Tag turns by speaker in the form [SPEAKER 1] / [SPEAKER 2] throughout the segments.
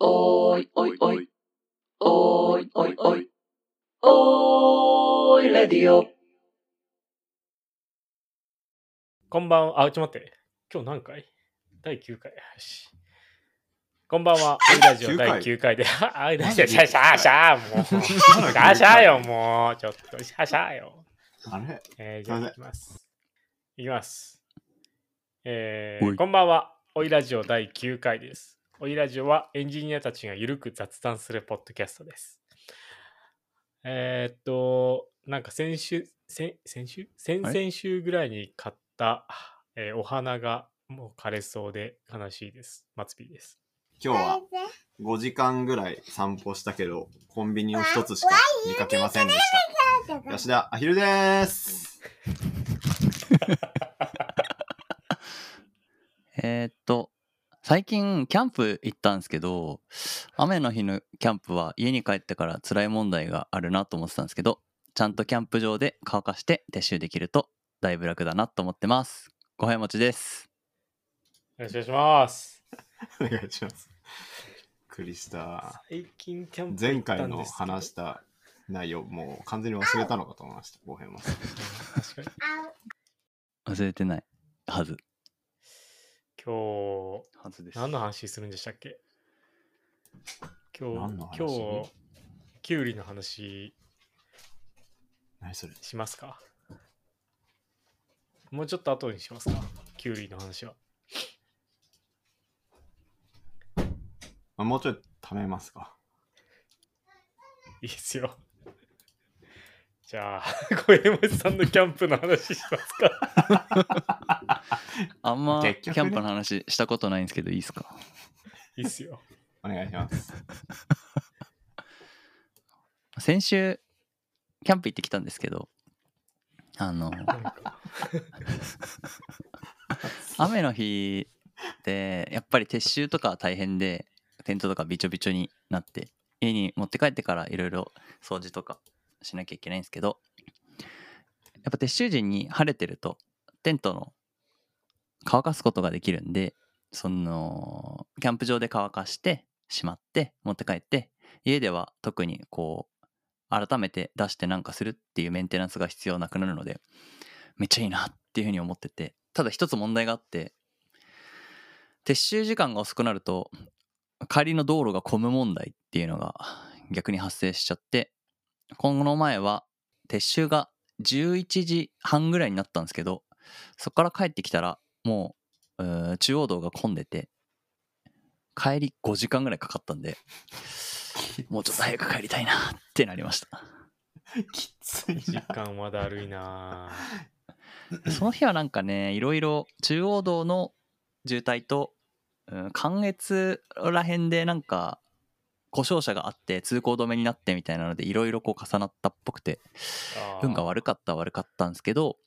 [SPEAKER 1] おーいおいおい。おーいおいおい。おーいレディオ。
[SPEAKER 2] こんばんは。あ、ちょっと待って。今日何回第9回。よし。こんばんは。アイラジオ
[SPEAKER 3] 9
[SPEAKER 2] 第
[SPEAKER 3] 回
[SPEAKER 2] 9回で。 あアイラジオ、
[SPEAKER 3] マジ
[SPEAKER 2] シ
[SPEAKER 3] で
[SPEAKER 2] ャシャシャ もう。シ
[SPEAKER 3] まだ9
[SPEAKER 2] ャ
[SPEAKER 3] 回
[SPEAKER 2] シャよ、もう。ちょっと、シャシャよ。
[SPEAKER 3] あれ
[SPEAKER 2] えー、じゃあ、
[SPEAKER 3] すいま
[SPEAKER 2] い
[SPEAKER 3] せ
[SPEAKER 2] きます。いきます。え
[SPEAKER 3] お
[SPEAKER 2] ー、
[SPEAKER 3] い
[SPEAKER 2] こんばんは。オイラジオ第9回です。オイラジオはエンジニアたちがゆるく雑談するポッドキャストです。えー、っと、なんか先週、先先週先々週ぐらいに買った、えーお花がもう枯れそうで悲しいです。マツピーです。
[SPEAKER 3] 今日は5時間ぐらい散歩したけど、コンビニを一つしか見かけませんでした。吉田あひるでーす。
[SPEAKER 4] えーっと、最近キャンプ行ったんですけど、雨の日のキャンプは家に帰ってから辛い問題があるなと思ってたんですけど、ちゃんとキャンプ場で乾かして撤収できるとだいぶ楽だなと思ってます。ごはやもちです。
[SPEAKER 2] よろしくお願いします。
[SPEAKER 3] お願いします。びっくりした。
[SPEAKER 2] 最近キャンプ行
[SPEAKER 3] 前
[SPEAKER 2] ったんですけど
[SPEAKER 3] 回の話した内容、もう完全に忘れたのかと思いました。ごめんなさい
[SPEAKER 2] 確かに
[SPEAKER 4] 忘れてないはず。
[SPEAKER 2] 今日、
[SPEAKER 4] はずで
[SPEAKER 2] 何の話するんでしたっけ今
[SPEAKER 3] 何の
[SPEAKER 2] 日、
[SPEAKER 3] 話
[SPEAKER 2] 今日、キュウリの話
[SPEAKER 3] 何それ
[SPEAKER 2] しますかもうちょっと後にしますかキュウリの話は。
[SPEAKER 3] あもうちょい貯めますか。
[SPEAKER 2] いいですよ。 じゃあ、 小山さんのキャンプの話します か
[SPEAKER 4] あんま
[SPEAKER 3] 結
[SPEAKER 4] キ
[SPEAKER 3] 局ね
[SPEAKER 4] ャンプの話したことないんですけどいいですか
[SPEAKER 2] いいっすよ。
[SPEAKER 3] お願いします。
[SPEAKER 4] 先週、キャンプ行ってきたんですけど、あの、
[SPEAKER 2] なんか
[SPEAKER 4] 雨の日ってやっぱり撤収とか大変でテントとかびちょびちょになって家に持って帰ってからいろいろ掃除とかしなきゃいけないんですけどやっぱ撤収時に晴れてるとテントの乾かすことができるんでそのキャンプ場で乾かしてしまって持って帰って家では特にこう改めて出してなんかするっていうメンテナンスが必要なくなるのでめっちゃいいなっていうふうに思っててただ一つ問題があって撤収時間が遅くなると帰りの道路が混む問題っていうのが逆に発生しちゃってこの前は撤収が11時半ぐらいになったんですけどそこから帰ってきたらもううー中央道が混んでて帰り5時間ぐらいかかったんでもうちょっと早く帰りたいなってなりました
[SPEAKER 3] きつい
[SPEAKER 2] 時
[SPEAKER 3] な。
[SPEAKER 2] 間はだるいなぁ
[SPEAKER 4] その日はなんかね、いろいろ中央道の渋滞と、うん、関越ら辺でなんか、故障車があって通行止めになってみたいなので、いろいろこう重なったっぽくて、
[SPEAKER 2] あー
[SPEAKER 4] 運が悪かったは悪かったんですけど、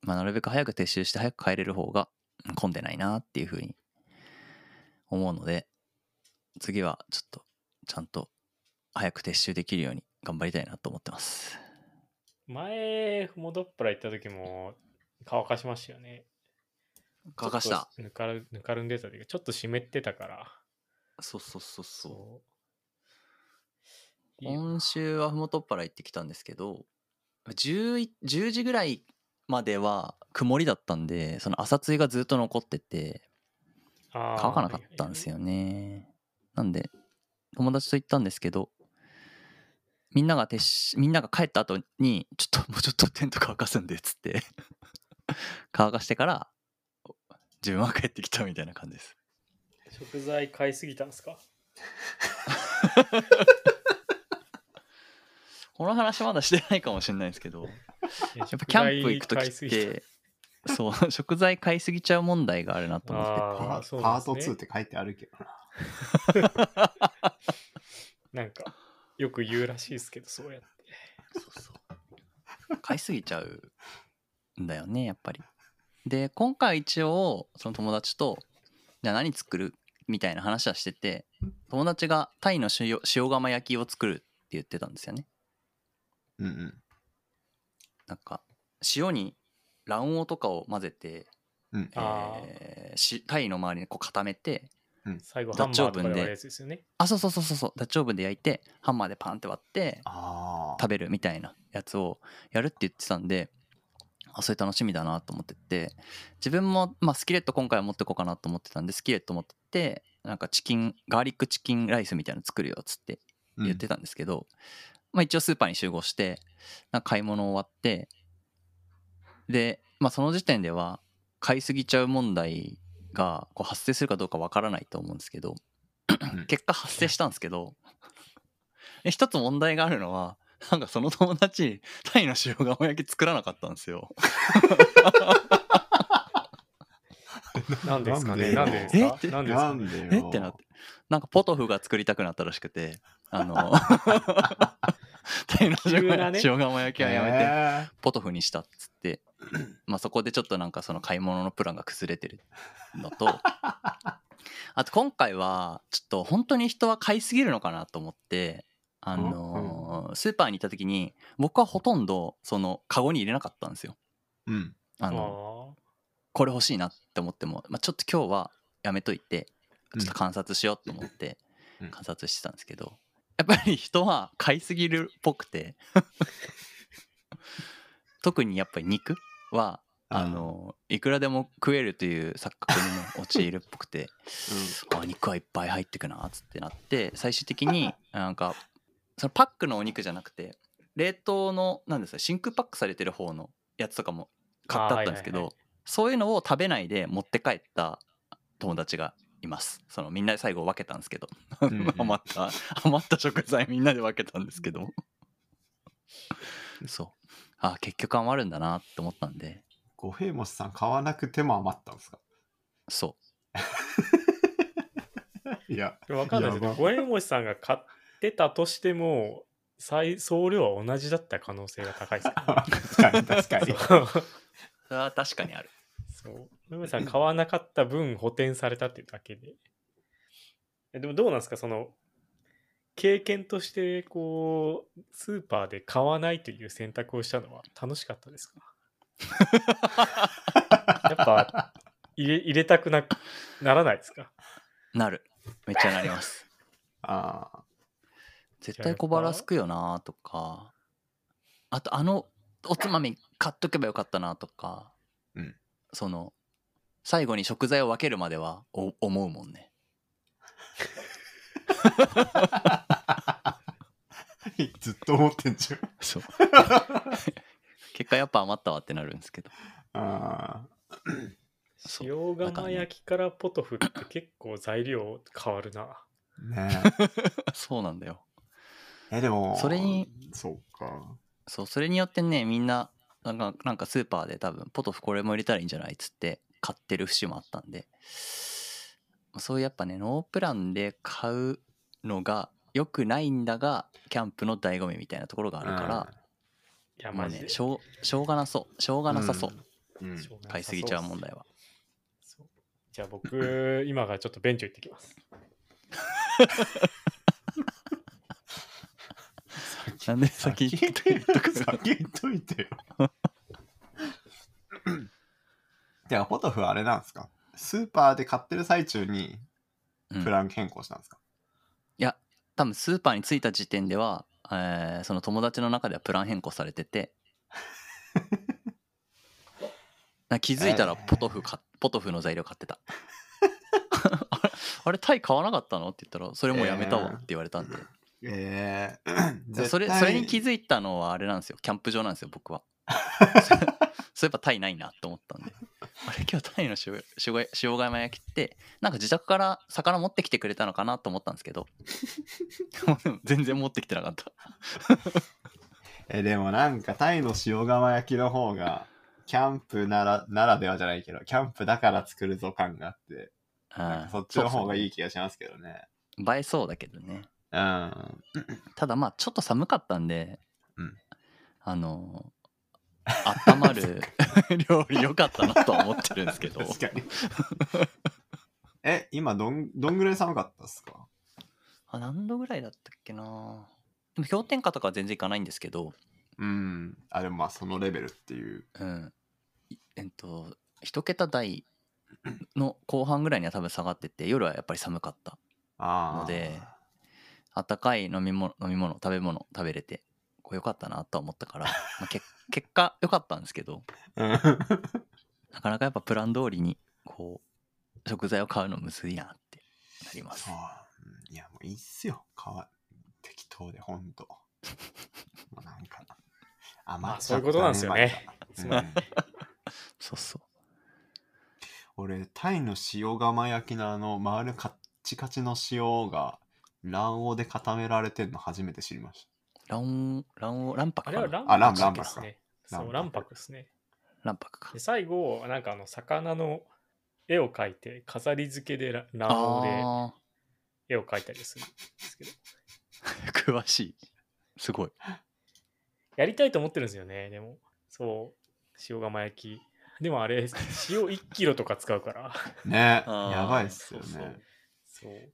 [SPEAKER 4] まあ、なるべく早く撤収して早く帰れる方がうん混んでないなっていうふうに思うので、次はちょっとちゃんと早く撤収できるように頑張りたいなと思ってます。
[SPEAKER 2] 前、戻っぱら行った時も乾かしましたよね。
[SPEAKER 4] 乾かした。
[SPEAKER 2] ちょっとぬかるぬかるんでたというか、ちょっと湿ってたから。
[SPEAKER 4] そうそうそうそう。
[SPEAKER 2] そう。いいよ
[SPEAKER 4] 今週はふもとっぱら行ってきたんですけど 10, 10時ぐらいまでは曇りだったんでその朝露がずっと残ってて
[SPEAKER 2] あー
[SPEAKER 4] 乾かなかったんですよねなんで友達と行ったんですけどみんなが撤収みんなが帰った後にちょっと もうちょっとテント乾かすんでっつって 乾かしてから自分は帰ってきたみたいな感じです
[SPEAKER 2] 食材買いすぎたんですか
[SPEAKER 4] この話まだしてないかもしれないですけど
[SPEAKER 2] やっ
[SPEAKER 4] やっぱキャンプ行くときって、そう、 食材買いすぎちゃう問題があるなと思って
[SPEAKER 2] あ
[SPEAKER 3] パ
[SPEAKER 2] ーそう
[SPEAKER 3] パ
[SPEAKER 2] なん
[SPEAKER 3] ート
[SPEAKER 2] です
[SPEAKER 3] 2っ
[SPEAKER 2] ね
[SPEAKER 3] て書いてあるけどな。
[SPEAKER 2] なんかよく言うらしいですけどそうやって
[SPEAKER 4] て、そうそう買いすぎちゃうんだよね、やっぱり。で、今回一応、その友達と、じゃあ何作るみたいな話はしてて、友達がタイの塩塩釜焼きを作るって言ってたんですよね。
[SPEAKER 3] うんうん。
[SPEAKER 4] なんか、塩に卵黄とかを混ぜて、
[SPEAKER 3] うん
[SPEAKER 2] あー
[SPEAKER 4] えーしタイの周りにこう固めて
[SPEAKER 3] うん
[SPEAKER 2] 最後ハンマーとかで割るやつですよね。
[SPEAKER 4] あそうそうそうそうそうダッチオーブンで焼いてハンマーでパンって割って
[SPEAKER 3] ああ。
[SPEAKER 4] 食べるみたいなやつをやるって言ってたんであそれ楽しみだなと思ってて自分も、まあ、スキレット今回は持ってこうかなと思ってたんでスキレット持ってってなんかチキンガーリックチキンライスみたいなの作るよっつって
[SPEAKER 3] うん
[SPEAKER 4] 言ってたんですけど、まあ、一応スーパーに集合してなんか買い物終わってで、まあ、その時点では買いすぎちゃう問題がこう発生するかどうかわからないと思うんですけど
[SPEAKER 3] ん
[SPEAKER 4] 結果発生したんですけどで一つ問題があるのはなんかその友達タイの塩釜焼き作らなかったんですよ。
[SPEAKER 2] なんですかねな
[SPEAKER 3] な
[SPEAKER 2] んん
[SPEAKER 3] で
[SPEAKER 2] でです
[SPEAKER 4] え
[SPEAKER 2] かなんでです
[SPEAKER 3] な
[SPEAKER 2] か
[SPEAKER 3] んでよ。
[SPEAKER 4] えってなってなんかポトフが作りたくなったらしくてあのタイの
[SPEAKER 2] 急なね
[SPEAKER 4] 塩釜焼きはやめて、
[SPEAKER 3] め
[SPEAKER 4] ポトフにしたっつ ってまあそこでちょっとなんかその買い物のプランが崩れてるのと あと今回はちょっと本当に人は買いすぎるのかなと思ってあのースーパーに行った時に僕はほとんどそのカゴに入れなかったんですよ。
[SPEAKER 3] て。うん。
[SPEAKER 4] あ
[SPEAKER 2] あ
[SPEAKER 4] の
[SPEAKER 2] ー
[SPEAKER 4] これ欲しいなって思っても、まあ、ちょっと今日はやめといて
[SPEAKER 3] うん
[SPEAKER 4] ちょっと観察しようと思って
[SPEAKER 3] うん
[SPEAKER 4] 観察してたんですけどやっぱり人は買いすぎるっぽくて 特にやっぱり肉はあのいくらでも食えるという錯覚にね陥るっぽくてあ肉はいっぱい入ってくなっつってなって最終的になんかそのパックのお肉じゃなくて冷凍のなんですか真空パックされてる方のやつとかも買ってあったんですけど、
[SPEAKER 2] あーはいはいは
[SPEAKER 4] そういうのを食べないで持って帰った友達がいますそのみんなで最後分けたんですけど、
[SPEAKER 3] うんうん
[SPEAKER 4] 余った余った食材みんなで分けたんですけどそうあー結局余るんだなって思ったんで
[SPEAKER 3] 五平餅さん買わなくても余ったんですか
[SPEAKER 4] そ
[SPEAKER 3] いや、
[SPEAKER 2] わかんないです
[SPEAKER 3] や
[SPEAKER 2] ね
[SPEAKER 3] ば。
[SPEAKER 2] 五円星さんが買ってたとしても、最総量は同じだった可能性が高い ですよ
[SPEAKER 3] 確かに確かに
[SPEAKER 2] ね。。そう
[SPEAKER 4] うそれは確かにある
[SPEAKER 2] そう。五円星さん買わなかった分補填されたっていうだけで。えでもどうなんですかその、経験として、こう、スーパーで買わないという選択をしたのは楽しかった ですかやっぱ入れ、入れたくな、ならないですか
[SPEAKER 4] なるめっちゃなります
[SPEAKER 3] ああ。
[SPEAKER 4] 絶対小腹すくよなとかあとあのおつまみ買っとけばよかったなとか、
[SPEAKER 3] うん
[SPEAKER 4] その最後に食材を分けるまではお思うもんね
[SPEAKER 3] ずっと思ってんじゃん。
[SPEAKER 4] そう 結果やっぱ余ったわってなるんですけど
[SPEAKER 3] あ
[SPEAKER 4] そう
[SPEAKER 2] 塩
[SPEAKER 4] なんか
[SPEAKER 2] 釜
[SPEAKER 4] ね
[SPEAKER 2] 焼きからポトフって結構材料変わるな。
[SPEAKER 3] あ。ね
[SPEAKER 4] そうなんだよ
[SPEAKER 3] え。え、でも、
[SPEAKER 4] それに、
[SPEAKER 3] そうか。
[SPEAKER 4] そうそれによってねみんななんかなんかスーパーで多分ポトフこれも入れたらいいんじゃないっつって買ってる節もあったんでそういうやっぱねノープランで買うのが良くないんだがキャンプの醍醐味みたいなところがあるから、
[SPEAKER 2] いや、
[SPEAKER 4] まあ
[SPEAKER 2] マジ
[SPEAKER 4] ね
[SPEAKER 2] で。
[SPEAKER 4] しょうしょうがなそうしょうがなさそう、
[SPEAKER 3] うん。うん。
[SPEAKER 2] しょうがなさそうっす
[SPEAKER 4] 買いすぎちゃう問題は
[SPEAKER 2] そうじゃあ僕、今からちょっとベンチを行ってきます。
[SPEAKER 4] なんで
[SPEAKER 3] 先
[SPEAKER 4] 先
[SPEAKER 3] 言っといて先言っといて よ。てか、ポトフはあれなんですかスーパーで買ってる最中に
[SPEAKER 4] うん
[SPEAKER 3] プラン変更したんですか、
[SPEAKER 4] 多分スーパーに着いた時点では、えーその友達の中ではプラン変更されててな気づいたらポトフか、ポトフの材料買ってたあれあれタイ買わなかったのって言ったらそれもうやめたわって言われたんで、
[SPEAKER 3] ええ 絶
[SPEAKER 4] それ
[SPEAKER 3] 対
[SPEAKER 4] それに気づいたのはあれなんですよキャンプ場なんですよ 僕はそういえばタイないなと思ったんであれ今日タイの塩塩塩釜焼きってなんか自宅から魚持ってきてくれたのかなと思ったんですけど でも全然持ってきてなかった
[SPEAKER 3] えでもなんかタイの塩釜焼きの方がキャンプならならではじゃないけどキャンプだから作るぞ感があって
[SPEAKER 4] ああ
[SPEAKER 3] そっちの方がい
[SPEAKER 4] い。
[SPEAKER 3] い気がしますけどね
[SPEAKER 4] 映えそうだけどね。
[SPEAKER 3] うん
[SPEAKER 4] ただまあちょっと寒かったんで、
[SPEAKER 3] うん
[SPEAKER 4] あのー、温まる 料理良かったなとは思ってるんですけど、
[SPEAKER 3] 確かにえ今どんどんぐらい寒かったっすか
[SPEAKER 4] あ何度ぐらいだったっけなでも氷点下とかは全然いかないんですけど、
[SPEAKER 3] うんあでもまあそのレベルっていう
[SPEAKER 4] うん。いえっと、一桁台の後半ぐらいには多分下がってて夜はやっぱり寒かった
[SPEAKER 3] ああ。
[SPEAKER 4] ので温かい飲み物飲み物食べ物食べれてこうよかったなとは思ったから、まあ、け 結果良かったんですけど
[SPEAKER 3] うん。
[SPEAKER 4] なかなかやっぱプラン通りにこう食材を買うのむずいなってなります
[SPEAKER 3] そう。うんいや、もういいっすよ。かわ適当で、ほ んと。もうなんか、
[SPEAKER 2] ま
[SPEAKER 3] 余
[SPEAKER 2] あ
[SPEAKER 3] っ
[SPEAKER 2] そ
[SPEAKER 3] ち
[SPEAKER 2] う
[SPEAKER 3] ゃ
[SPEAKER 2] い
[SPEAKER 3] ったね
[SPEAKER 2] うことなんですよね。
[SPEAKER 3] 前がうん
[SPEAKER 4] そうそう
[SPEAKER 3] 俺、タイの塩釜焼きのあの、回るカッチカチの塩が卵黄で固められてんの初めて知りまし
[SPEAKER 4] 卵黄卵黄卵白
[SPEAKER 2] あ
[SPEAKER 4] か
[SPEAKER 2] れ
[SPEAKER 4] な
[SPEAKER 2] は卵
[SPEAKER 3] あ
[SPEAKER 4] 卵
[SPEAKER 3] 卵
[SPEAKER 2] 白ですね。そう、
[SPEAKER 3] 卵
[SPEAKER 2] 卵白ですね。
[SPEAKER 4] 白か
[SPEAKER 2] で、最後、なんかあの、魚の絵を描いて、飾り付けでら卵黄で
[SPEAKER 4] あ
[SPEAKER 2] 絵を描いたりするんですけど、
[SPEAKER 4] ー 詳しいすごい
[SPEAKER 2] やりたいと思ってるんですよね、でも。そう、塩釜焼き。でもあれ、塩1キロとか使うから。
[SPEAKER 3] た。ね
[SPEAKER 4] あー
[SPEAKER 3] やばいっすよ
[SPEAKER 2] そうそう
[SPEAKER 3] ね。
[SPEAKER 2] そう。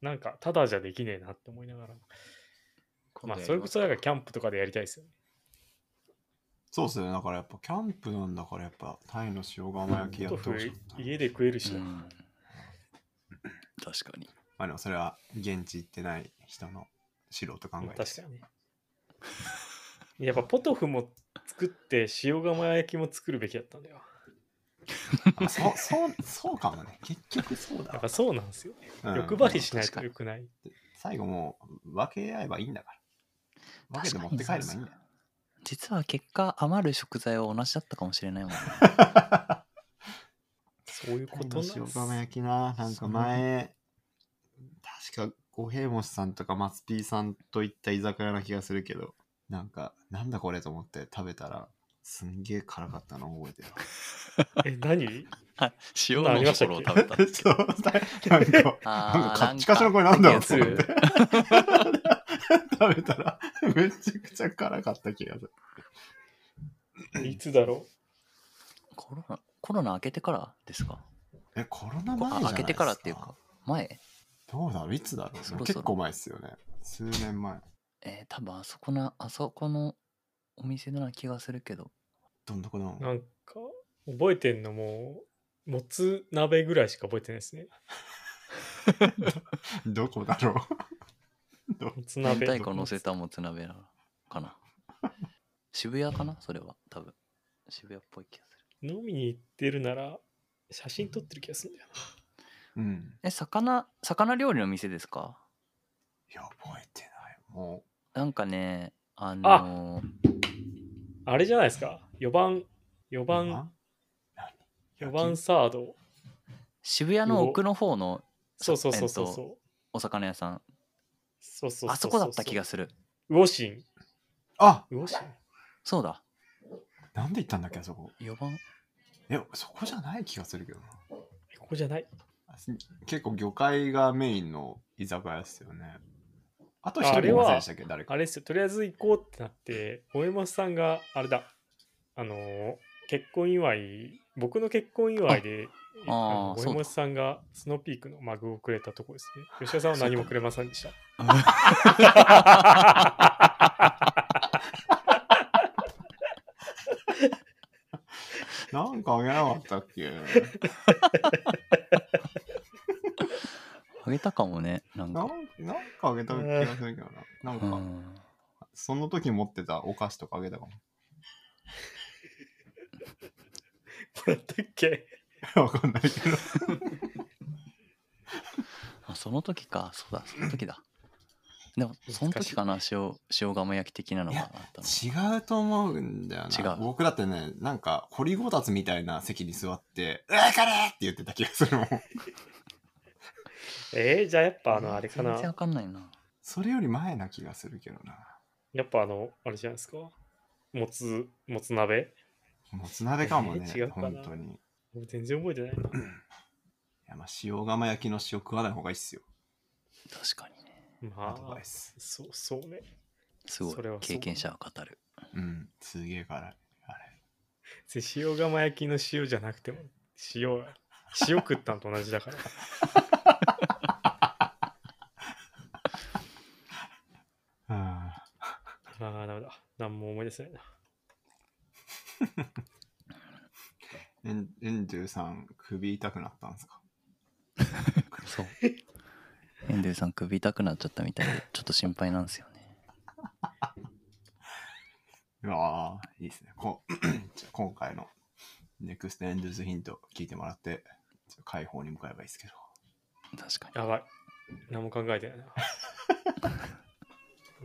[SPEAKER 2] なんか、ただじゃできねえなって思いながら。まあ、それこそ、なんかキャンプとかでやりたいですよね。
[SPEAKER 3] そうっすね。だからやっぱキャンプなんだからやっぱタイの塩釜焼きやってほしいな。
[SPEAKER 2] 家で食えるし
[SPEAKER 4] う
[SPEAKER 2] な、
[SPEAKER 4] ん確かに
[SPEAKER 3] まあでもそれは現地行ってない人の素人考えで
[SPEAKER 2] 確
[SPEAKER 3] す
[SPEAKER 2] か
[SPEAKER 3] よ。
[SPEAKER 2] にね。やっぱポトフも作って塩釜焼きも作るべきだったんだよ。
[SPEAKER 3] あそう、そう、そうかもね。結局そうだ
[SPEAKER 2] やっ
[SPEAKER 3] わ
[SPEAKER 2] ぱ。そうなんですよ。
[SPEAKER 3] うん
[SPEAKER 2] 欲張りしない
[SPEAKER 4] 確か
[SPEAKER 2] と
[SPEAKER 4] に
[SPEAKER 2] よくない。
[SPEAKER 3] 最後もう分け合えばいいんだから。分けて持って帰ればいいんだよ。
[SPEAKER 4] 実は結果余る食材は同じだったかもしれないもんね
[SPEAKER 2] そういうことなんで
[SPEAKER 3] の
[SPEAKER 2] す
[SPEAKER 3] 塩釜焼きな、なんか前、確か五平餅さんとか松 P さんといった居酒屋な気がするけど、なんか、なんだこれと思って食べたら、すんげえ辛かったの覚えてるわ。
[SPEAKER 2] え、何
[SPEAKER 4] はい塩
[SPEAKER 2] あ
[SPEAKER 4] の
[SPEAKER 2] りましたっけ
[SPEAKER 4] 心を食べた
[SPEAKER 3] そう、 なんか、
[SPEAKER 4] あー
[SPEAKER 3] なんかカッチカチの声なんだろうと思っ
[SPEAKER 4] なん
[SPEAKER 3] て
[SPEAKER 4] か。
[SPEAKER 3] 食べたら、めちゃくちゃ辛かった気がする。
[SPEAKER 2] いつだろ
[SPEAKER 4] コロナコロナ明けてからですか
[SPEAKER 3] え、コロナ
[SPEAKER 4] こ
[SPEAKER 3] 前じゃない
[SPEAKER 4] あ
[SPEAKER 3] です
[SPEAKER 4] 明けてからっていうか。前
[SPEAKER 3] どうだろういつだろう
[SPEAKER 4] そろそろ
[SPEAKER 3] 結構前っすよね。数年前。
[SPEAKER 4] えー、多分あそこなあそこのお店のな気がするけど
[SPEAKER 3] どんなこなの
[SPEAKER 2] うなんか、覚えてんのもう、もつ鍋ぐらいしか覚えてないですね。
[SPEAKER 3] どこだろ
[SPEAKER 2] もつ
[SPEAKER 4] 明
[SPEAKER 2] 鍋。
[SPEAKER 4] 太子乗せたもつ鍋なのかな 渋谷かなそれは多分渋谷っぽい気がする
[SPEAKER 2] 飲みに行ってるなら、写真撮ってる気がするんだよな。
[SPEAKER 3] ううん。
[SPEAKER 4] え魚魚料理の店ですか
[SPEAKER 3] いや、覚えてない。も
[SPEAKER 4] なんかねあのー
[SPEAKER 2] あれじゃないですか。4番、4
[SPEAKER 3] う。
[SPEAKER 2] 番、
[SPEAKER 3] 四
[SPEAKER 2] 4番サード。
[SPEAKER 4] 渋谷の奥の方の
[SPEAKER 2] そうそうそうそう
[SPEAKER 4] え
[SPEAKER 2] そ
[SPEAKER 4] っ
[SPEAKER 2] う
[SPEAKER 4] と。お魚屋さん
[SPEAKER 2] そうそうそうそう
[SPEAKER 4] あそこだった気が
[SPEAKER 2] す
[SPEAKER 4] する
[SPEAKER 2] る。ウォシン。
[SPEAKER 3] あ
[SPEAKER 2] ウォシン。
[SPEAKER 4] そうだ
[SPEAKER 3] なんで行ったんだっけ、あそこ。
[SPEAKER 4] 4番
[SPEAKER 3] え、そこじゃない気がするけどな。
[SPEAKER 2] ここじゃない。
[SPEAKER 3] あす結構魚介がメインの居酒屋っすよね。あと一
[SPEAKER 2] ああ
[SPEAKER 3] 人
[SPEAKER 2] れ
[SPEAKER 3] い
[SPEAKER 2] は
[SPEAKER 3] ませんでしたっけ誰か
[SPEAKER 2] あ。れですよ。とりあえず行こうってなって、大山さんが、あれだ、あのー結婚祝い、僕の結婚祝いで、
[SPEAKER 4] あ
[SPEAKER 2] あ
[SPEAKER 4] あー
[SPEAKER 2] の
[SPEAKER 4] そうだ
[SPEAKER 2] 大山さんがスノーピークのマグをくれたとこですね。吉田さんは何もくれませんでした。
[SPEAKER 3] なんかあげなかったっけ
[SPEAKER 4] あげたかもねなん
[SPEAKER 3] なん
[SPEAKER 4] か
[SPEAKER 3] なんかあげた気がするけどな。なん
[SPEAKER 4] う
[SPEAKER 3] か、
[SPEAKER 4] ん
[SPEAKER 3] その時持ってたお菓子とかあげたか
[SPEAKER 2] これだったっけ
[SPEAKER 3] も。わかんないけど。
[SPEAKER 4] あその時かそうだその時だでもその時かな塩塩釜焼き的なのがあったの
[SPEAKER 3] 違うと思うんだよな。
[SPEAKER 4] 違う
[SPEAKER 3] 僕だってね、なんか、掘りごたつみたいな席に座って、うわ、カレーって言ってた気がするもん。
[SPEAKER 2] えー、じゃあやっぱあの、あれか
[SPEAKER 4] 全然わ
[SPEAKER 2] な。
[SPEAKER 4] かんないな
[SPEAKER 3] それより前な気がするけどな。
[SPEAKER 2] やっぱあの、あれじゃないですか。もつ、もつ鍋
[SPEAKER 3] もつ鍋かも ね、
[SPEAKER 2] えー違うかな
[SPEAKER 3] 本当に。い
[SPEAKER 2] もう全然覚えてないな。
[SPEAKER 3] や、まあ、塩釜焼きの塩食わない方がいいっすよ。
[SPEAKER 4] 確かにね
[SPEAKER 3] ア
[SPEAKER 2] ま
[SPEAKER 3] ドバ
[SPEAKER 2] あ
[SPEAKER 3] イ、ス。
[SPEAKER 2] そうそうね。
[SPEAKER 4] すごい
[SPEAKER 2] それはそう
[SPEAKER 4] 経験者は語る
[SPEAKER 3] うん、すげえ辛い。あれ。
[SPEAKER 2] で塩釜焼きの塩じゃなくても塩塩食ったんと同じだ から
[SPEAKER 3] あ
[SPEAKER 2] ああダメだ何も思い出せないな
[SPEAKER 3] ーエンエンドゥさん、首痛くなったんですか
[SPEAKER 4] そう。エンドゥさん首痛くなっちゃったみたいで、ちょっと心配なんですよね。
[SPEAKER 3] うわあ、いいですね。こ じゃあ今回のネクストエンドゥズヒント聞いてもらって、ちょっと解放に向かえばいいですけど。
[SPEAKER 4] 確かに。
[SPEAKER 2] やばい。何も考えてないな。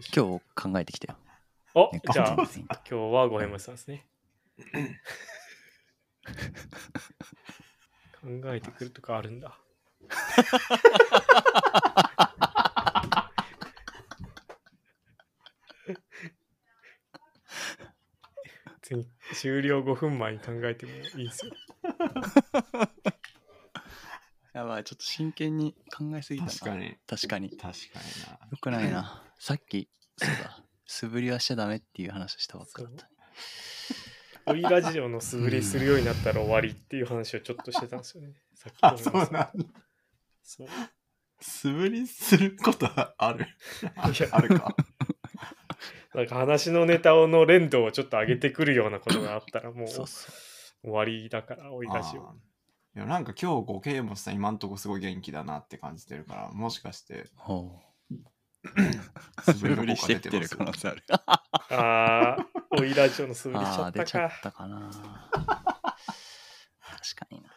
[SPEAKER 4] 今日考えてきたよ。
[SPEAKER 2] お
[SPEAKER 4] ね
[SPEAKER 2] じゃあ、
[SPEAKER 4] 今
[SPEAKER 2] 今
[SPEAKER 4] 日の
[SPEAKER 2] 日はごへむさんですね。考えてくるとかあるんだ。別に終了5分前に考えてもいいですよ。
[SPEAKER 4] やばい、ちょっと真剣に考えすぎたな。
[SPEAKER 3] 確か。に、
[SPEAKER 4] 確かに。
[SPEAKER 3] 確かに な。
[SPEAKER 4] よくない な。さっき、そうだ。素振りはしちゃダメっていう話したばっかだったね。
[SPEAKER 2] オイラジオの素振りするようになったら終わりっていう話をちょっとしてたん ですよね。さっき
[SPEAKER 3] あ、
[SPEAKER 2] ご
[SPEAKER 3] そう
[SPEAKER 2] めん
[SPEAKER 3] な
[SPEAKER 2] なんさい
[SPEAKER 3] だ。
[SPEAKER 2] そう
[SPEAKER 3] 素振りすることあるあ
[SPEAKER 2] いや
[SPEAKER 3] あるか。
[SPEAKER 2] なんか話のネタの連動をちょっと上げてくるようなことがあったらもう
[SPEAKER 4] そ
[SPEAKER 2] 終
[SPEAKER 4] うそう。
[SPEAKER 2] わりだから、追い出し
[SPEAKER 3] あ
[SPEAKER 2] を。
[SPEAKER 3] ーいやなんか今日こうケイモスさん今んとこすごい元気だなって感じてるからもしかして
[SPEAKER 4] ほう。
[SPEAKER 3] 素
[SPEAKER 4] 素振りしてきてる可能性ある。
[SPEAKER 2] ああ、追いラジオの素振りしち
[SPEAKER 4] あ
[SPEAKER 2] ゃ
[SPEAKER 4] あ
[SPEAKER 2] っ
[SPEAKER 4] ー、出
[SPEAKER 2] た
[SPEAKER 4] ちゃ
[SPEAKER 2] か
[SPEAKER 4] っ。たかな。確かにな。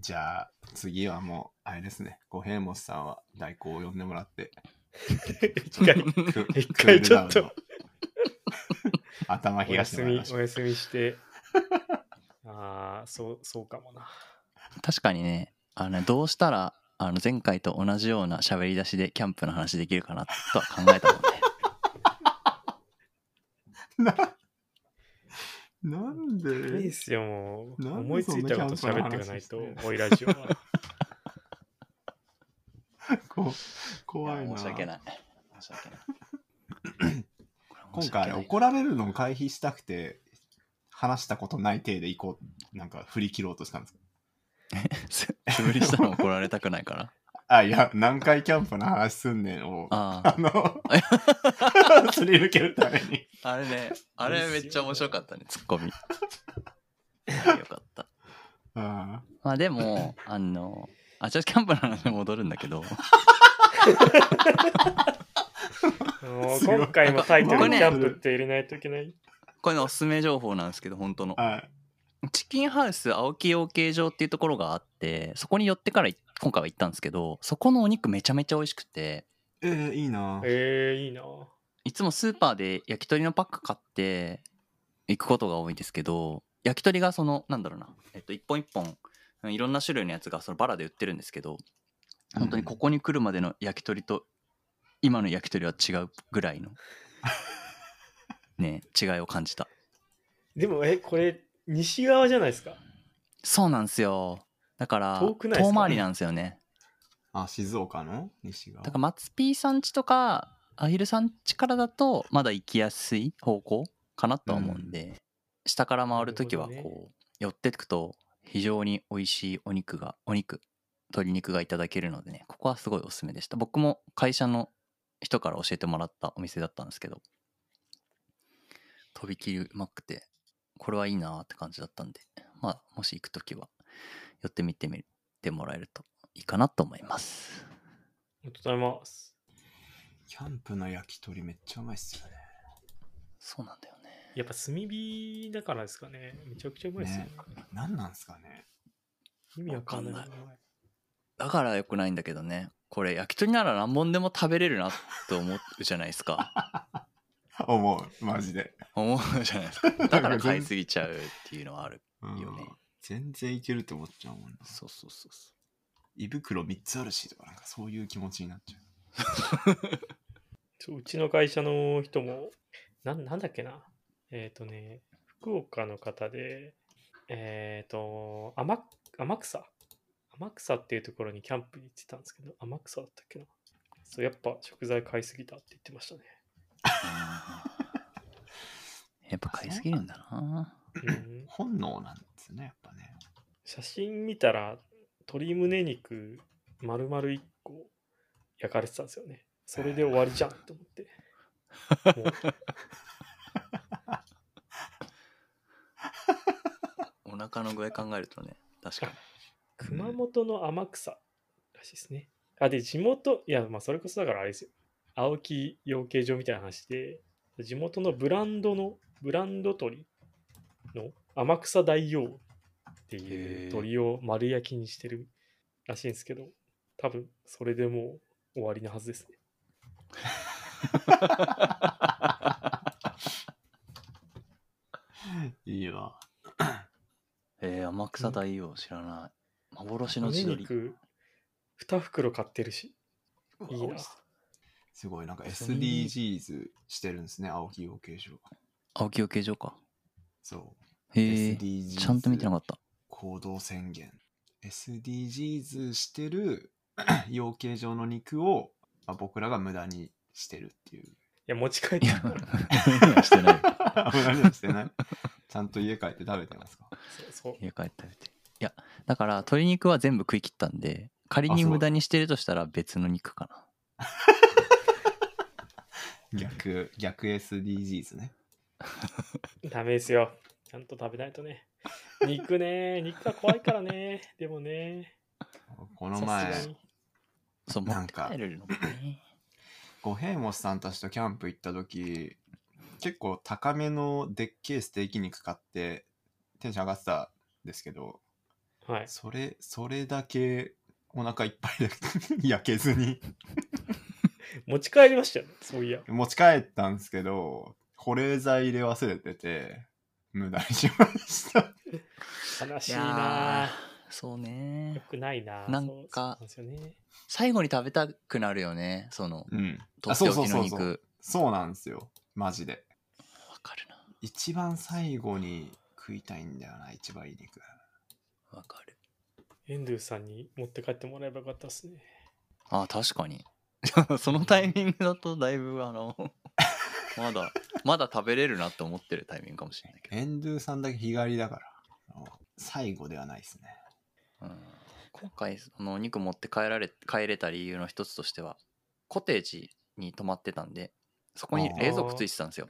[SPEAKER 3] じゃあ次はもうあれですねコヘイモスさんは代行を呼んでもらって
[SPEAKER 2] 一 回
[SPEAKER 3] ク
[SPEAKER 2] 一回
[SPEAKER 3] クールダウンの
[SPEAKER 2] ちょっ
[SPEAKER 3] 頭
[SPEAKER 2] お
[SPEAKER 3] 冷やし
[SPEAKER 2] 休
[SPEAKER 3] てもらい
[SPEAKER 2] み
[SPEAKER 3] ましょ
[SPEAKER 2] お
[SPEAKER 3] う
[SPEAKER 2] 休みして。ああ、そうそうかもな。
[SPEAKER 4] 確かにね、あの、どうしたら、あの、前回と同じような喋り出しでキャンプの話できるかなとは考えたもんね。
[SPEAKER 3] な
[SPEAKER 2] い
[SPEAKER 3] ん
[SPEAKER 2] いで
[SPEAKER 3] です
[SPEAKER 2] よ、もう。
[SPEAKER 3] なん
[SPEAKER 2] 思
[SPEAKER 3] で
[SPEAKER 2] いつ
[SPEAKER 3] そん
[SPEAKER 2] い
[SPEAKER 3] な
[SPEAKER 2] たこと喋っていかないと、追いラジオ は。
[SPEAKER 3] こ怖い
[SPEAKER 4] いや
[SPEAKER 3] な
[SPEAKER 4] 申し訳ない。申し訳 ない。
[SPEAKER 3] 今回あれ怒られるのを回避したくて話したことない体で行こうなんか振り切ろうとしたんです
[SPEAKER 4] 素振りしたの怒られたくないから。
[SPEAKER 3] あいや南海キャンプの話すんねんを
[SPEAKER 4] あ
[SPEAKER 3] あ の、 すり抜けるために。
[SPEAKER 4] あ。あれね、あれめっちゃ面白かったね、ツッコミ。あれよかった。
[SPEAKER 3] あ
[SPEAKER 4] まあでも、あの、あ、ちょっとキャンプの話に戻るんだけど、
[SPEAKER 2] もう今回もタイトル
[SPEAKER 4] ここ
[SPEAKER 2] に
[SPEAKER 4] ね
[SPEAKER 2] キャンプって入れないといけない。
[SPEAKER 4] これのおすすめ情報なんですけど、本当の
[SPEAKER 3] あ。。はい。
[SPEAKER 4] チキンハウス青木養鶏場っていうところがあって、そこに寄ってからい今回は行ったんですけど、そこのお肉めちゃめちゃ美味しくて、
[SPEAKER 3] えー、いいな。
[SPEAKER 2] ええいいな。
[SPEAKER 4] いつもスーパーで焼き鳥のパック買って行くことが多いんですけど焼き鳥がそのなんだろうな、えっと、一本一本うんいろんな種類のやつがそのバラで売ってるんですけど本当にここに来るまでの焼き鳥と今の焼き鳥は違うぐら いのね違いを感じた
[SPEAKER 2] でも、え、これ、西側じゃないですか。
[SPEAKER 4] そうなんですよだから
[SPEAKER 2] 遠くないです
[SPEAKER 4] 遠
[SPEAKER 2] か
[SPEAKER 4] 回りなんですよね
[SPEAKER 3] あ、静岡の西側。
[SPEAKER 4] だから松 P さんちとかアヒルさんちからだとまだ行きやすい方向かなとは思うんで、下から回るときはこう、
[SPEAKER 2] なるほ
[SPEAKER 4] 寄ってくと非常に美味しいお肉がお肉鶏肉がいただけるのでねここはすごいおすすめでした僕も会社の人から教えてもらったお店だったんですけどとびきりうまくてこれはいいなーって感じだったんでまあもし行くときは寄ってみてみてもらえるといいかなと思います
[SPEAKER 2] ありがとうございます。
[SPEAKER 3] キャンプの焼き鳥めっちゃうまいっすよね。
[SPEAKER 4] そうなんだよね
[SPEAKER 2] やっぱ炭火だからですかね。めちゃくちゃうまいですよ。
[SPEAKER 3] ねなんなんすかね。
[SPEAKER 2] 意味わかんない。
[SPEAKER 4] わかんだから良くないんだけどねこれ焼き鳥なら何本でも食べれるなと思うじゃないです か
[SPEAKER 3] 思う、マジで。
[SPEAKER 4] 思うじゃないですかだから買いすぎちゃうっていうのはある
[SPEAKER 3] うん
[SPEAKER 4] いいよね
[SPEAKER 3] 全然いけるって思っちゃうもんな。
[SPEAKER 4] そうそうそうそ
[SPEAKER 3] 胃袋3つあるしとか、なんかそういう気持ちになっちゃう。
[SPEAKER 2] そううちの会社の人も、なんなんだっけな。えっ、とね、福岡の方で、えっ、と、天天草。天草っていうところにキャンプに行ってたんですけど、天草だったっけな。そう、やっぱ食材買いすぎたって言ってましたね。
[SPEAKER 4] うやっぱ買いすぎるんだな
[SPEAKER 2] うん、
[SPEAKER 3] 本能なんですね、やっぱね。
[SPEAKER 2] 写真見たら、鶏胸肉丸々1個焼かれてたんですよね。それで終わりじゃんと思って。もう
[SPEAKER 4] お腹の具合考えるとね、確かに。
[SPEAKER 2] 熊本の天草らしいですね。あ、で、地元、いや、まあ、それこそだからあれですよ。青木養鶏場みたいな話で、地元のブランドの、ブランド鳥の天草大王ってい
[SPEAKER 1] へ
[SPEAKER 2] う
[SPEAKER 1] ー
[SPEAKER 2] 鳥を丸焼きにしてるらしいんですけど、多分それでもう終わりなはずですね。
[SPEAKER 3] いいわ。
[SPEAKER 4] えー、天草大王知らない。幻の
[SPEAKER 2] 胸
[SPEAKER 4] 地鶏。
[SPEAKER 2] 肉2袋買ってるし、いいうな
[SPEAKER 3] わ。すごい、なんか
[SPEAKER 2] そんなに
[SPEAKER 3] SDGs してるんですね、青木養鶏場。
[SPEAKER 4] 青木養鶏場か。
[SPEAKER 3] そう。
[SPEAKER 4] へえ、
[SPEAKER 3] SDGs。
[SPEAKER 4] ちゃんと見てなかった。
[SPEAKER 3] 行動宣言 SDGs してる 養鶏場の肉を、まあ、僕らが無駄にしてるっていう
[SPEAKER 2] いや、持ち帰っ
[SPEAKER 4] い
[SPEAKER 2] て
[SPEAKER 4] や、無理はし てない。
[SPEAKER 3] 無駄にはしてないちゃんと家帰って食べてますか
[SPEAKER 2] そうそう。
[SPEAKER 4] 家帰って食べて。いや、だから鶏肉は全部食い切ったんで、仮
[SPEAKER 3] あ
[SPEAKER 4] に
[SPEAKER 3] そう
[SPEAKER 4] 無駄にしてるとしたら別の肉か
[SPEAKER 3] 逆逆 SDGs ね
[SPEAKER 2] ダメですよ。ちゃんと食べないとね。肉ね、肉が怖いからね。でもね、
[SPEAKER 3] この
[SPEAKER 2] さす
[SPEAKER 3] 前
[SPEAKER 2] がに。
[SPEAKER 4] な。そう、持
[SPEAKER 3] な
[SPEAKER 4] っ
[SPEAKER 3] ん
[SPEAKER 4] て
[SPEAKER 3] か
[SPEAKER 4] 帰れるのもね。
[SPEAKER 3] 五平餅さんたちとキャンプ行った時結構高めのでっけえステーキ肉買ってテンション上がってたんですけど
[SPEAKER 2] はい。
[SPEAKER 3] それそれだけお腹いっぱいで 焼けずに
[SPEAKER 2] 持ち帰りましたよ、ね、そういや。
[SPEAKER 3] 持ち帰ったんですけど、保冷剤入れ忘れてて、無駄にしました。
[SPEAKER 2] 悲
[SPEAKER 4] い
[SPEAKER 2] しいな
[SPEAKER 4] や
[SPEAKER 2] あ
[SPEAKER 4] ーそ
[SPEAKER 2] よ
[SPEAKER 4] うね。
[SPEAKER 2] くないなあ
[SPEAKER 4] なん
[SPEAKER 2] そう
[SPEAKER 4] か
[SPEAKER 2] そうなんですよね。
[SPEAKER 4] 最後に食べたくなるよね。その、
[SPEAKER 3] うん。
[SPEAKER 4] と
[SPEAKER 3] あ
[SPEAKER 4] って
[SPEAKER 3] そう
[SPEAKER 4] お
[SPEAKER 3] そう
[SPEAKER 4] きの
[SPEAKER 3] そうそう。
[SPEAKER 4] 肉。
[SPEAKER 3] そうなんですよ。マジで。
[SPEAKER 4] わかるな。
[SPEAKER 3] 一番最後に食いたいんだよな、一番いい肉。
[SPEAKER 4] わかる。
[SPEAKER 2] エンドゥさんに持って帰ってもらえばよかったですね。
[SPEAKER 4] あ、確かに。 そのタイミングだとだいぶ、あの、 まだ、まだ食べれるなって思ってるタイミングかもしれないけど。
[SPEAKER 3] エンドゥさんだけ日帰りだから。あの最後ではないですね。
[SPEAKER 4] うん今回そのお肉持って帰られ帰れた理由の一つとしてはコテージに泊まってたんでそこに冷蔵庫ついてたんですよ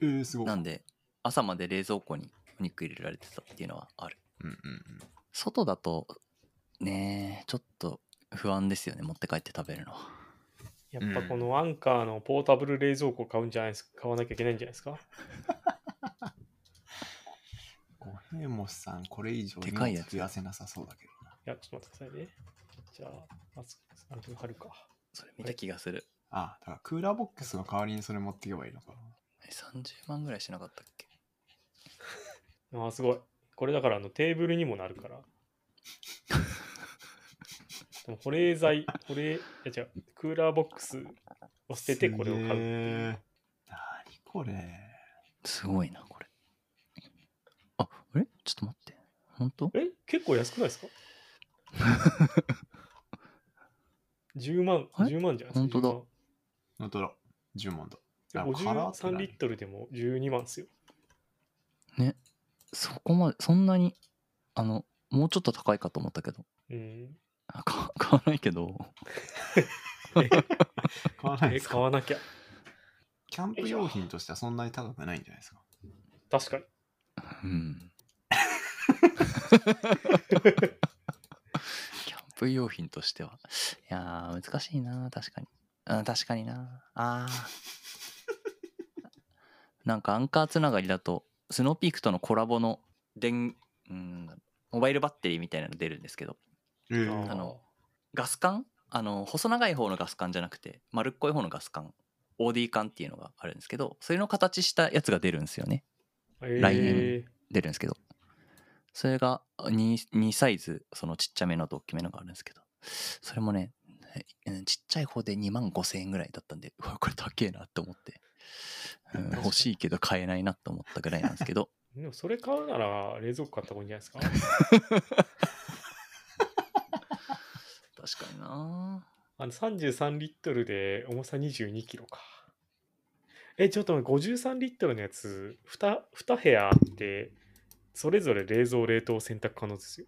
[SPEAKER 3] えー、すごい。
[SPEAKER 4] なんで朝まで冷蔵庫にお肉入れられてたっていうのはある
[SPEAKER 3] うんうんうん。
[SPEAKER 4] 外だとねえちょっと不安ですよね持って帰って食べるのは
[SPEAKER 2] やっぱこのアンカーのポータブル冷蔵庫買うんじゃないですか買わなきゃいけないんじゃないですか
[SPEAKER 3] 五平餅さん、これ以上
[SPEAKER 4] でかい
[SPEAKER 3] に
[SPEAKER 4] やつ
[SPEAKER 3] 増やせなさそうだけどな。
[SPEAKER 2] いや、ちょっと待ってくださいね。じゃあ、まず、アン貼るか。
[SPEAKER 4] それ見た気がする
[SPEAKER 3] あ、だからクーラーボックスの代わりにそれ持っていけばいいのかな。
[SPEAKER 4] え30万ぐらいしなかったっけ
[SPEAKER 2] ああ、すごい。これだからあのテーブルにもなるから。 でも保冷剤、保冷、いや違う、クーラーボックスを捨ててこれを買うっていう。
[SPEAKER 3] なにこれ
[SPEAKER 4] すごいなこれああれちょっと待って本当
[SPEAKER 2] え結構安くない ですか10万
[SPEAKER 4] え
[SPEAKER 2] 10万じゃないですか
[SPEAKER 4] 本当だ
[SPEAKER 2] 10万
[SPEAKER 3] のとろ10問だ
[SPEAKER 2] で
[SPEAKER 3] あカラーって
[SPEAKER 2] 53
[SPEAKER 3] 何
[SPEAKER 2] リットルでも12万ですよ
[SPEAKER 4] そこまでそんなにあのもうちょっと高いかと思ったけど
[SPEAKER 2] うん
[SPEAKER 4] あ買わ買わないけど
[SPEAKER 3] 買わないで
[SPEAKER 2] え
[SPEAKER 3] す
[SPEAKER 2] 買
[SPEAKER 3] か
[SPEAKER 2] わなきゃ
[SPEAKER 3] キャンプ用品としてはそんなに高くないんじゃないですか
[SPEAKER 2] 確かに
[SPEAKER 4] うんキャンプ用品としてはいやー難しいな確かにあ確かになあーなんかアンカーつながりだとスノーピークとのコラボの電うんモバイルバッテリーみたいなの出るんですけど
[SPEAKER 3] え
[SPEAKER 2] あ
[SPEAKER 4] あ
[SPEAKER 3] ー
[SPEAKER 4] のガス管あの細長い方のガス管じゃなくて丸っこい方のガス管 OD 管っていうのがあるんですけどそれの形したやつが出るんですよね来
[SPEAKER 2] え
[SPEAKER 4] 年出るんですけどそれが 2, 2サイズそのちっちゃめのと大きめのがあるんですけどそれもねうんちっちゃい方で2万5千円ぐらいだったんでうわこれ高えなと思って、うん
[SPEAKER 2] 確かに
[SPEAKER 4] 欲しいけど買えないなと思ったぐらいなんですけど
[SPEAKER 2] ー、でもそれ買うなら冷蔵庫買った方がいいんじゃないですか
[SPEAKER 4] 確かにな
[SPEAKER 2] あの33リットルで重さ2 2キロかえちょっと待って53リットルのやつ 2, 2部屋あってそれぞれ冷蔵冷凍洗濯可能ですよ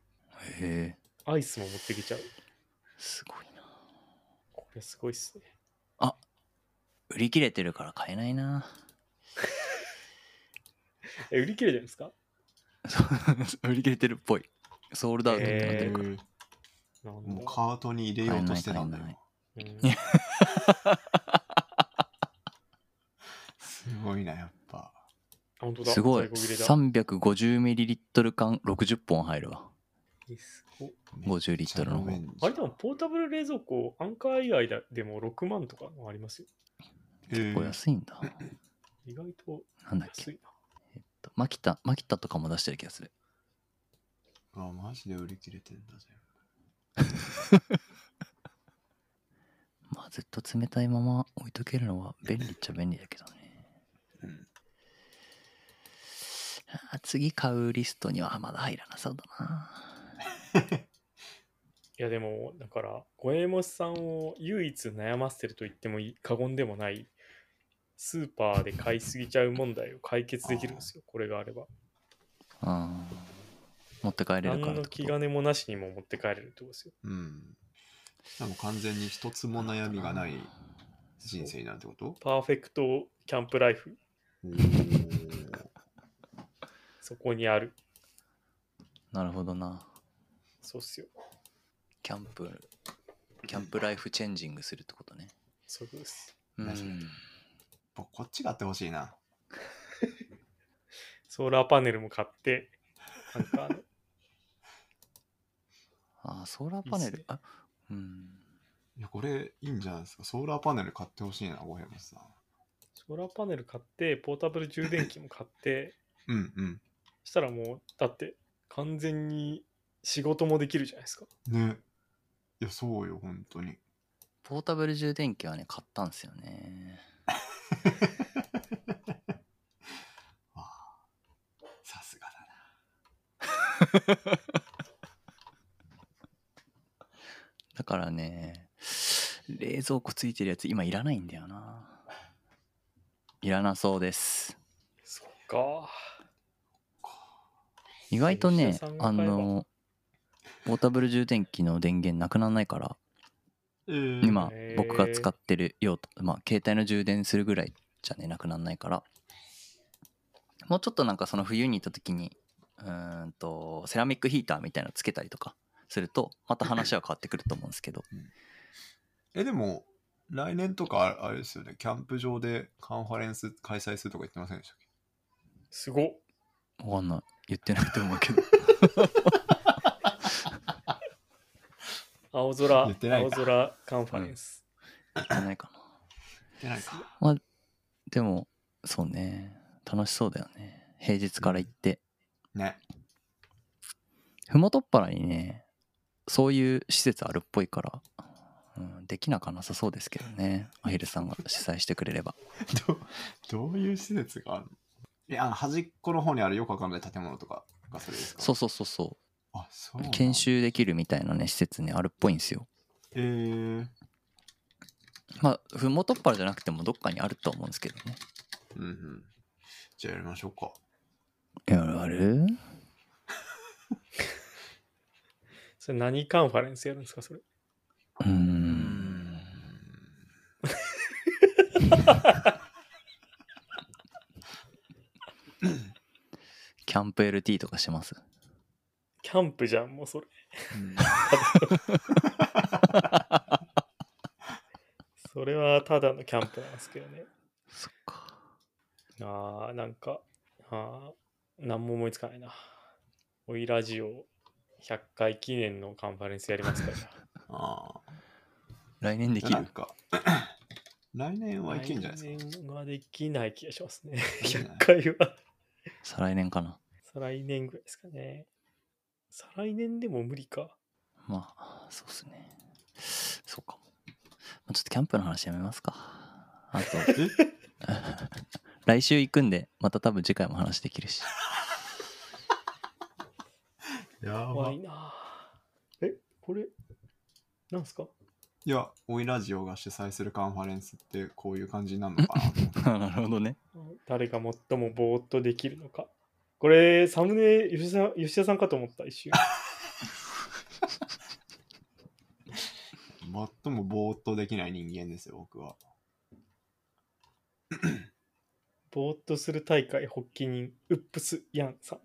[SPEAKER 4] へえ
[SPEAKER 2] アイスも持ってきちゃう
[SPEAKER 4] すごいな
[SPEAKER 2] これすごいっすね。
[SPEAKER 4] 売り切れてるから買えないな
[SPEAKER 2] え、売り切れじゃないですか
[SPEAKER 4] そう 売り切れてるっぽいソールドアウトってなってるから、
[SPEAKER 3] えー
[SPEAKER 2] なるほど
[SPEAKER 3] もうカートに入れようとしてたんだよ
[SPEAKER 4] 買えな
[SPEAKER 2] うん
[SPEAKER 4] い。
[SPEAKER 3] すごいな、やっぱ。
[SPEAKER 2] 本当だ。
[SPEAKER 4] すごい
[SPEAKER 2] 在庫切れだ
[SPEAKER 4] 350ml 缶60本入るわ
[SPEAKER 2] すごい
[SPEAKER 4] 50リットルの方
[SPEAKER 3] めっちゃ飲めんじ
[SPEAKER 2] あ
[SPEAKER 3] ゃん
[SPEAKER 2] れでもポータブル冷蔵庫、アンカー以外だでも6万とかのありますよ。
[SPEAKER 3] え
[SPEAKER 4] これ
[SPEAKER 3] ー
[SPEAKER 4] 安いんだ
[SPEAKER 2] 意外と
[SPEAKER 4] なんだっけ
[SPEAKER 2] 安いな。
[SPEAKER 4] マキタマキタとかも出してる気がする
[SPEAKER 3] うわマジで売り切れてんだぜ。
[SPEAKER 4] まあずっと冷たいまま置いとけるのは便利っちゃ便利だけどね
[SPEAKER 3] うん
[SPEAKER 4] あー次買うリストにはまだ入らなそうだない
[SPEAKER 2] やでも、だから、五右衛門さんを唯一悩ませてると言ってもいい過言でもない、スーパーで買いすぎちゃう問題を解決できるんですよ、これがあれば。
[SPEAKER 4] あー持って帰れる
[SPEAKER 2] 何
[SPEAKER 4] から
[SPEAKER 2] の
[SPEAKER 4] って
[SPEAKER 2] 気
[SPEAKER 4] こと
[SPEAKER 2] 兼ねもなしにも持って帰れるってことですよ。
[SPEAKER 3] うん。でも完全に一つも悩みがない人生になるってこと
[SPEAKER 2] パーフェクトキャンプライフ、
[SPEAKER 3] おー
[SPEAKER 2] そこにある。
[SPEAKER 4] なるほどな
[SPEAKER 2] そうっすよ。
[SPEAKER 4] キャンプキャンプライフチェンジングするってことね
[SPEAKER 2] そういうことです。
[SPEAKER 4] う
[SPEAKER 3] 確かに
[SPEAKER 4] ん
[SPEAKER 3] 僕こっちがあってほしいな。
[SPEAKER 2] ソーラーパネルも買って、アン カーの。
[SPEAKER 4] あーソーラーパネル
[SPEAKER 2] いいっすね
[SPEAKER 4] あうん
[SPEAKER 3] いや、これいいんじゃないですか。ソーラーパネル買ってほしいな、ごへんさ
[SPEAKER 2] ソーラーパネル買って、ポータブル充電器も買って、
[SPEAKER 3] ん。うんうん。
[SPEAKER 2] したらもう、だって、完全に仕事もできるじゃないですか。
[SPEAKER 3] ね。いや、そうよ、本当に。
[SPEAKER 4] ポータブル充電器はね買ったんですよね
[SPEAKER 3] さすがだな。
[SPEAKER 4] だからね冷蔵庫ついてるやつ今いらないんだよないらなそうです
[SPEAKER 2] そっか。
[SPEAKER 4] 意外とね
[SPEAKER 2] 吉田さんが
[SPEAKER 4] あ
[SPEAKER 2] 買えば
[SPEAKER 4] のポータブル充電器の電源なくならないから
[SPEAKER 3] えー
[SPEAKER 4] 今
[SPEAKER 2] へー
[SPEAKER 4] 僕が使ってる用途まあ携帯の充電するぐらいじゃねなくならないからもうちょっとなんかその冬に行った時にうーんとセラミックヒーターみたいなのつけたりとかするとまた話は変わってくると思うんですけど
[SPEAKER 3] え、でも、来年とかああれですよね、キャンプ場でカンファレンス開催するとか言ってませんでしたっけ
[SPEAKER 2] すごっ。
[SPEAKER 4] わかんない言ってないと思うけ ど
[SPEAKER 2] 青空、
[SPEAKER 3] 言ってない
[SPEAKER 2] 青
[SPEAKER 3] か
[SPEAKER 2] 空カンファレンス。
[SPEAKER 4] 言ってないかな
[SPEAKER 3] 言ってないか。
[SPEAKER 4] でもそうね楽しそうだよね平日から行って
[SPEAKER 3] ね。
[SPEAKER 4] ふもとっぱらにねそういう施設あるっぽいから、うん、できなかなさそうですけどねアヒルさんが主催してくれれば
[SPEAKER 3] ど どういう施設があるのいや、あの端っこの方にあるよくわかんない建物とかがそれですか
[SPEAKER 4] そうそうそうそ
[SPEAKER 3] あ、そう
[SPEAKER 4] う
[SPEAKER 3] なんだ
[SPEAKER 4] 研。修できるみたいなね施設ねあるっぽいんですよ
[SPEAKER 3] えー、
[SPEAKER 4] まあふもとっぱらじゃなくてもどっかにあるとは思うんですけどね
[SPEAKER 3] うんうん。じゃあやりましょうか。
[SPEAKER 4] やるある
[SPEAKER 2] それ何カンファレンスやるんですか、それ。
[SPEAKER 4] うー。
[SPEAKER 3] うん
[SPEAKER 4] キャンプ LT とかしてます
[SPEAKER 2] キャンプじゃん、もうそれ。それはただのキャンプなんですけどね。
[SPEAKER 4] そっか
[SPEAKER 2] あー、なんか、あー、なんも思いつかないな。おいラジオ100回記念のカンファレンスやり ますから。
[SPEAKER 3] あ
[SPEAKER 4] 来年で
[SPEAKER 3] あ。
[SPEAKER 4] き
[SPEAKER 3] なん
[SPEAKER 4] る
[SPEAKER 3] か、 来年はいけんじゃないですか。
[SPEAKER 2] 来年はできない気がしますね。
[SPEAKER 3] で きない
[SPEAKER 2] 100回は。
[SPEAKER 4] 再来年かな
[SPEAKER 2] 再来年ぐらいですかね。再来年でも無理か。
[SPEAKER 4] まあ、そうっすね。そうかも。まあちょっとキャンプの話やめますか。あと、 来週行くんで、また多分次回も話できるし。
[SPEAKER 3] や
[SPEAKER 2] 怖いな。え、これ、なんすか
[SPEAKER 3] いや、おいラジオが主催するカンファレンスってこういう感じになるのかなと思って。
[SPEAKER 4] なるほどね。
[SPEAKER 2] 誰が最もぼーっとできるのか。これ、サムネ、吉田さん吉田さんかと思った、一瞬。
[SPEAKER 3] 最もぼーっとできない人間ですよ、僕は。
[SPEAKER 2] ぼーっとする大会発起人、ウップス・ヤンさん。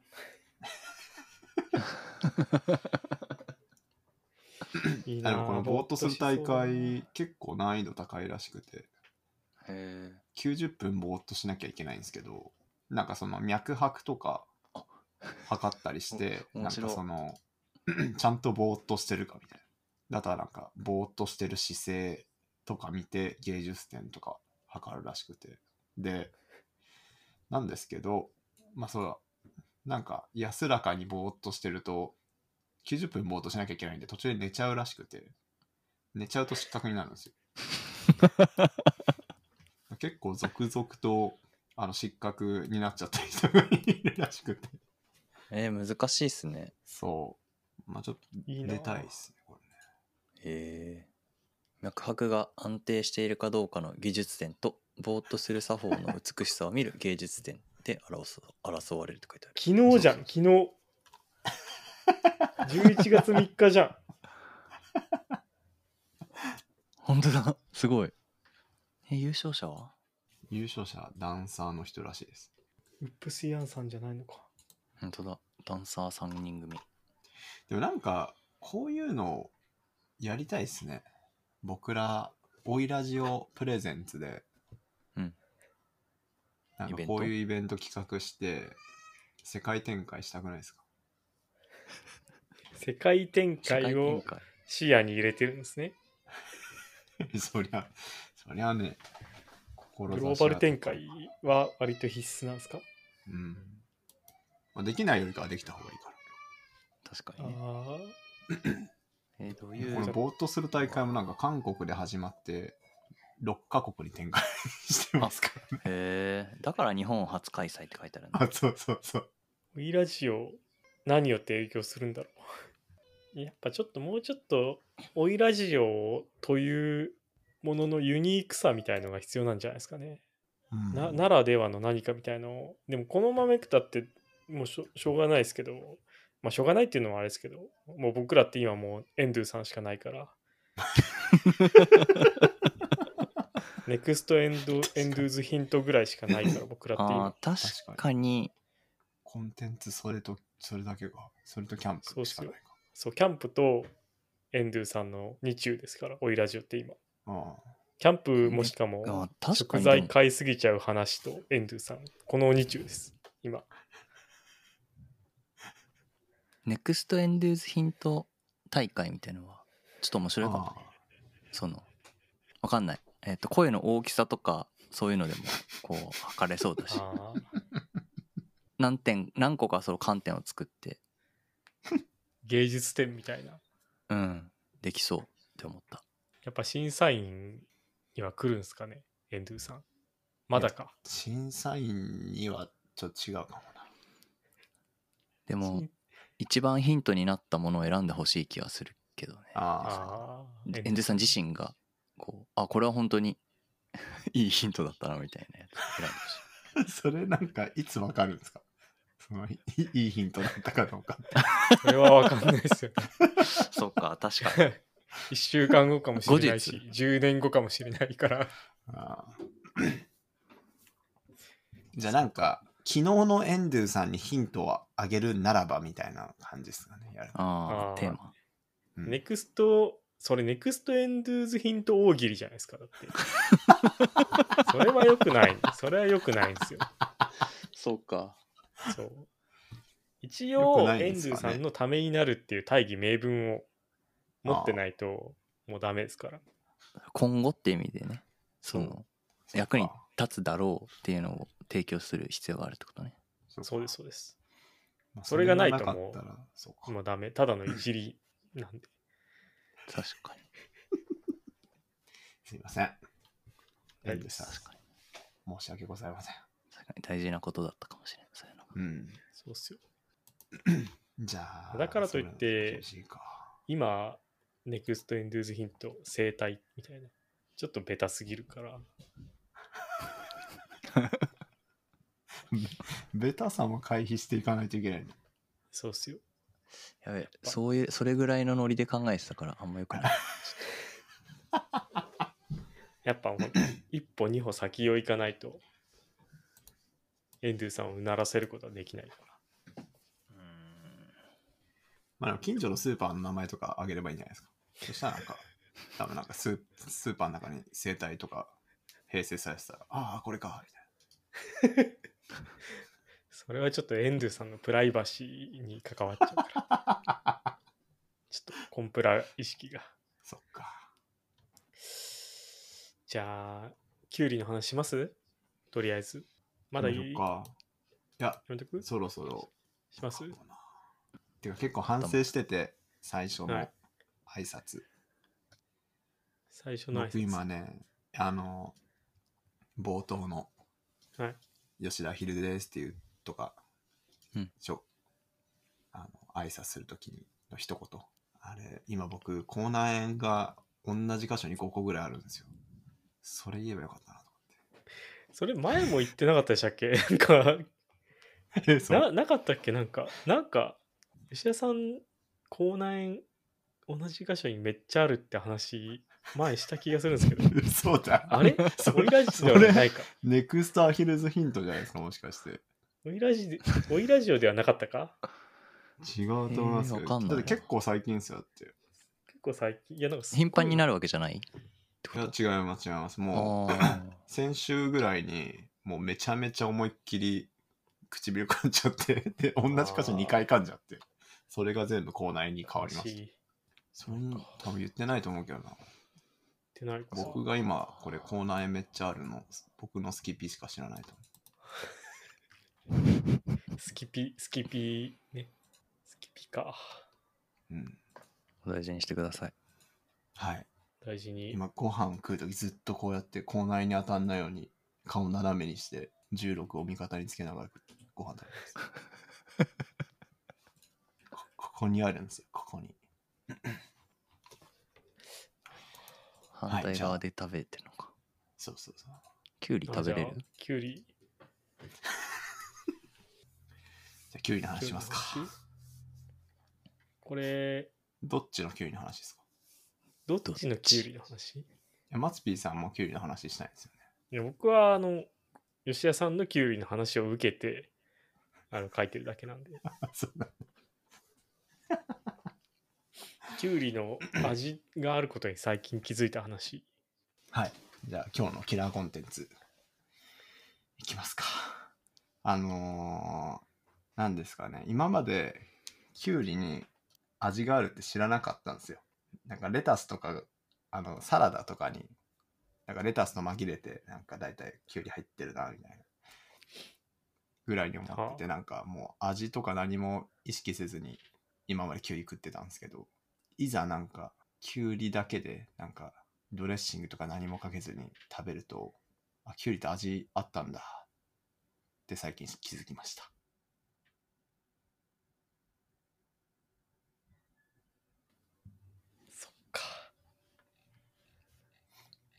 [SPEAKER 2] いいな
[SPEAKER 3] あでもこのぼーっとする大
[SPEAKER 2] ぼーっとし
[SPEAKER 3] 会結構難易度高いらしくて
[SPEAKER 4] へえ。
[SPEAKER 3] 90分ぼーっとしなきゃいけないんですけどなんかその脈拍とか
[SPEAKER 4] あ
[SPEAKER 3] 測ったりして
[SPEAKER 4] お
[SPEAKER 3] な
[SPEAKER 4] 面
[SPEAKER 3] ん
[SPEAKER 4] 白
[SPEAKER 3] かその ちゃんとぼーっとしてるかみたいなだからなんかぼーっとしてる姿勢とか見て芸術点とか測るらしくてでなんですけどまあそうだなんか安らかにぼーっとしてると90分ぼーっとしなきゃいけないんで途中で寝ちゃうらしくて寝ちゃうと失格になるんですよ結構続々とあの失格になっちゃった人がいるらしくて
[SPEAKER 4] えー、難しいっすね。
[SPEAKER 3] そうまあちょっと
[SPEAKER 2] いいな
[SPEAKER 3] 出たいですねこれね
[SPEAKER 4] へえ。脈拍が安定しているかどうかの技術点と、ぼーっとする作法の美しさを見る芸術点で争す争われるって書いてある。
[SPEAKER 2] 昨日じゃん昨日11月3日じゃん
[SPEAKER 4] 本当だ。すごい。え、優勝者は
[SPEAKER 3] 優勝者はダンサーの人らしいです
[SPEAKER 2] ウップスイアンさんじゃないのか
[SPEAKER 4] 本当だ。ダンサー3人組。
[SPEAKER 3] でもなんかこういうのをやりたいですね僕らオイラジオプレゼンツで、
[SPEAKER 4] うん
[SPEAKER 3] なん
[SPEAKER 4] イ
[SPEAKER 3] か
[SPEAKER 4] ベント
[SPEAKER 3] こういうイベント企画して世界展開したくないですか
[SPEAKER 2] 世界展開
[SPEAKER 4] 展
[SPEAKER 2] を
[SPEAKER 4] 開。
[SPEAKER 2] 視野に入れてるんですね
[SPEAKER 3] そりゃそりゃねグ
[SPEAKER 2] グローバル展開は割と必須なんですか
[SPEAKER 3] うんまあ、できないよりかはできた方がいいから
[SPEAKER 4] 確か
[SPEAKER 2] あ
[SPEAKER 4] にね。
[SPEAKER 2] あ
[SPEAKER 4] えーどう
[SPEAKER 2] うん
[SPEAKER 4] い
[SPEAKER 3] この
[SPEAKER 4] う。
[SPEAKER 3] ぼーっとする大会もなんか韓国で始まって6カ国に展開してますからね。
[SPEAKER 4] へえ。だから日本初開催って書いてあるんだ。
[SPEAKER 3] あ、 そうそうそう。
[SPEAKER 2] ウィラジオ何を提供するんだろう やっぱちょっともうちょっとオイラジオというもののユニークさみたいのが必要なんじゃないですかね、なならではの何かみたいのをでもこのまめくたってもうしょしょうがないですけどまあしょうがないっていうのもあれですけどもう僕らって今もうエンドゥさんしかないからネクストエンドエンドゥーズヒントぐらいしかないから僕らって今
[SPEAKER 4] ああー、確かに。
[SPEAKER 3] コンテンツそれと、それだけが、それとキャン
[SPEAKER 2] そうっ
[SPEAKER 3] プし
[SPEAKER 2] す
[SPEAKER 3] か
[SPEAKER 2] よ
[SPEAKER 3] ないか。
[SPEAKER 2] そう、キャンプとエンドゥさんの2中ですから、オイラジオって今。
[SPEAKER 3] ああ
[SPEAKER 2] キャンプもしかも
[SPEAKER 4] あ確か
[SPEAKER 2] 食
[SPEAKER 4] に。
[SPEAKER 2] 材買いすぎちゃう話とエンドゥさん、この2中です、今。
[SPEAKER 4] ネクストエンドゥーズヒント大会みたいのは、ちょっと面白いかも。
[SPEAKER 3] ああ
[SPEAKER 4] その、わかんない。えっ、と、声の大きさとか、そういうのでも、こう、測れそうだし、
[SPEAKER 2] ああ、
[SPEAKER 4] 何点、何個かその観点を作って、
[SPEAKER 2] 芸術点みたいな。
[SPEAKER 4] うん、できそうって思った。
[SPEAKER 2] やっぱ審査員には来るんすかね、エンドゥさん。まだか。
[SPEAKER 3] 審査員にはちょっと違うかもな。
[SPEAKER 4] でも
[SPEAKER 2] 審、
[SPEAKER 4] 一番ヒントになったものを選んでほしい気はするけどね。
[SPEAKER 3] ああ
[SPEAKER 2] ああ、
[SPEAKER 4] エンドゥさん自身が、こう、あ、これは本当に いいヒントだったな、みたいなやつ選んでほしい。
[SPEAKER 3] それなんか、いつわかるんですかそのい いいいヒントだったかどうか。
[SPEAKER 2] それはわかんない ですよ、ね。
[SPEAKER 4] そっか、確か に。
[SPEAKER 2] 1週間後かもしれない
[SPEAKER 4] 後
[SPEAKER 2] し、10年後かもしれないから。
[SPEAKER 3] ああじゃあなんか、昨日のエンドゥさんにヒントをあげるならばみたいな感じですかね。やる
[SPEAKER 2] あー
[SPEAKER 4] ああ、テーマ。
[SPEAKER 3] うん
[SPEAKER 2] ネクスト、それネクストエンドゥーズヒント大喜利じゃないですか、だって。それは良くない。それは良くないんですよ。
[SPEAKER 4] そうか。
[SPEAKER 2] そう。一
[SPEAKER 3] 良く
[SPEAKER 2] 応、
[SPEAKER 3] ない
[SPEAKER 2] エ
[SPEAKER 3] で
[SPEAKER 2] ン
[SPEAKER 3] す
[SPEAKER 2] ド
[SPEAKER 3] か
[SPEAKER 2] ゥ
[SPEAKER 3] ね
[SPEAKER 2] さんのためになるっていう大義名分を持ってないと、もうダメですから。
[SPEAKER 4] 今後って意味でねそ
[SPEAKER 3] そ
[SPEAKER 4] の役に
[SPEAKER 3] そっか
[SPEAKER 4] 立つだろうっていうのを提供する必要があるってことね
[SPEAKER 3] そ
[SPEAKER 2] そうです、
[SPEAKER 3] す。
[SPEAKER 2] そうです。
[SPEAKER 3] まあ
[SPEAKER 2] それがないと
[SPEAKER 3] それ
[SPEAKER 2] もう
[SPEAKER 3] がなかったらそうか
[SPEAKER 2] もうダメ。ただのいじりなんで。
[SPEAKER 4] 確かに
[SPEAKER 3] すいません。エンドゥさん、
[SPEAKER 4] 確かに
[SPEAKER 3] 申し訳ございません。
[SPEAKER 4] 確かに大事なことだったかもしれないそういうのが
[SPEAKER 3] うん。
[SPEAKER 2] そうっすよ。
[SPEAKER 3] じゃあ、
[SPEAKER 2] だからといって
[SPEAKER 3] それは厳しいか
[SPEAKER 2] 今、ネクストエンドゥーズヒント、生態みたいな。ちょっとベタすぎるから。
[SPEAKER 3] ベタさも回避していかないといけないね。
[SPEAKER 2] そうっすよ。
[SPEAKER 4] やべえ
[SPEAKER 2] ぱ
[SPEAKER 4] そういうそれぐらいのノリで考えてたからあんまよく ない
[SPEAKER 2] やっぱ ほん一歩二歩先を行かないとエンドゥさんをうならせることはできないから。
[SPEAKER 4] うーん
[SPEAKER 3] まあ、でも近所のスーパーの名前とかあげればいいんじゃないですか。そしたらなんか、多分なんかスースーパーの中に生態とか併成されてたら、ああ、これか、みたい
[SPEAKER 2] それはちょっとエンドゥさんのプライバシーに関わっちゃうから
[SPEAKER 3] な。
[SPEAKER 2] ちょっとコンプラ意識が
[SPEAKER 3] そっか。
[SPEAKER 2] じゃあキュウリの話しますとりあえずまだいい
[SPEAKER 3] どうし
[SPEAKER 2] や
[SPEAKER 3] ようか。いや、
[SPEAKER 2] めとくし
[SPEAKER 3] そろそろ。
[SPEAKER 2] ま
[SPEAKER 3] そ
[SPEAKER 2] す
[SPEAKER 3] うだなてか結構反省してて、最初の
[SPEAKER 2] はい
[SPEAKER 3] 挨拶。
[SPEAKER 2] 最初の挨
[SPEAKER 3] 僕今
[SPEAKER 2] 拶
[SPEAKER 3] ね、あの、冒頭の、
[SPEAKER 2] はい
[SPEAKER 3] 吉田ひるですっていうとか、
[SPEAKER 4] うん
[SPEAKER 3] しょあの挨拶するときの一言。あれ、今僕、口内炎が同じ箇所に5個ぐらいあるんですよ。それ言えばよかったなと
[SPEAKER 2] それ前も言ってなかったでしたっけなんか
[SPEAKER 3] 思って。えそう
[SPEAKER 2] ななかったっけなんかなんか吉田さん口内炎同じ箇所にめっちゃあるって話前した気がするんですけど
[SPEAKER 3] そうだ。
[SPEAKER 2] あれ
[SPEAKER 3] そ
[SPEAKER 2] オイラジ
[SPEAKER 3] そ
[SPEAKER 2] ではな
[SPEAKER 3] れ、
[SPEAKER 2] いか
[SPEAKER 3] ネクストアヒルズヒントじゃないですか、もしかして。
[SPEAKER 2] オイラジでオイラジオではなかったか
[SPEAKER 3] 違うと思いますけ
[SPEAKER 4] えー
[SPEAKER 3] ど、
[SPEAKER 4] わかんないな
[SPEAKER 3] だって結構最近ですよだって。
[SPEAKER 2] 結構最近いやなんかすっごい
[SPEAKER 4] 頻繁になるわけじゃない
[SPEAKER 3] いや、違います、違います。も
[SPEAKER 4] ああ
[SPEAKER 3] う、先週ぐらいに、もうめちゃめちゃ思いっきり唇噛んじゃって、 で、同じ箇所2回噛んじゃって、それが全部口内に変わりま
[SPEAKER 2] 話
[SPEAKER 3] し。
[SPEAKER 2] したっ
[SPEAKER 3] それに多分言ってないと思うけどな。
[SPEAKER 2] てなるか
[SPEAKER 3] 僕が今、これ口内めっちゃあるの、僕のスキピーしか知らないと思う。
[SPEAKER 2] スキピスキピねスキピか
[SPEAKER 3] うん。
[SPEAKER 4] お大事にしてください
[SPEAKER 3] はい。
[SPEAKER 2] 大事に
[SPEAKER 3] 今、ご飯食うときずっとこうやって口内に当たんないように、顔を斜めにして、重力を味方につけながらご飯食べます。こここにあるんですよ、ここに。
[SPEAKER 4] 反対側で食べてるのか
[SPEAKER 3] そうそうそう。
[SPEAKER 4] きゅうり食べれ
[SPEAKER 2] あ
[SPEAKER 4] る
[SPEAKER 2] じゃあキュウリ
[SPEAKER 3] じゃあ、キュウリの話しますか。
[SPEAKER 2] キュウリの話これ
[SPEAKER 3] どっちのキュウリの話ですか
[SPEAKER 2] どっちのキュウリの話い
[SPEAKER 3] いやマツピーさんもキュウリの話したいんですよね。
[SPEAKER 2] や僕はあの吉田さんのキュウリの話を受けてあの書いてるだけなんで
[SPEAKER 3] あそうだ
[SPEAKER 2] キュウリ の味があることに最近気づいた話
[SPEAKER 3] はい。じゃあ、今日のキラーコンテンツ、いきますか。あのー、なんですかね。今まで、キュウリに味があるって知らなかったんですよ。なんか、レタスとか、あの、サラダとかに、なんか、レタスと紛れて、なんか、だいたいキュウリ入ってるな、みたいな。ぐらいに思
[SPEAKER 2] は
[SPEAKER 3] って
[SPEAKER 2] あ
[SPEAKER 3] て、なんか、もう、味とか何も意識せずに、今までキュウリ食ってたんですけど、いざなんか、キュウリだけで、なんか、ドレッシングとか何もかけずに食べると、あ、キュウリって味あったんだって最近気づきました。
[SPEAKER 2] そっか
[SPEAKER 3] っ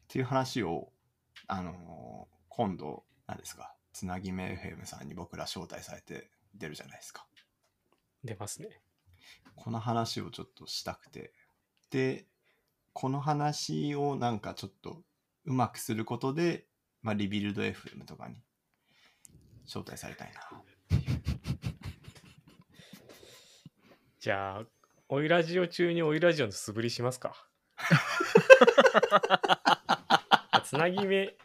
[SPEAKER 3] ていう話を、あのー今度、何ですか、つなぎめ FM さんに僕ら招待されて出るじゃないですか。
[SPEAKER 2] 出ますね
[SPEAKER 3] この話をちょっとしたくて。で、この話をなんかちょっとうまくすることで、まあ、リビルド FM とかに招待されたいな。
[SPEAKER 2] じゃあオイラジオ中にオイラジオの素振りします かあつなぎ 目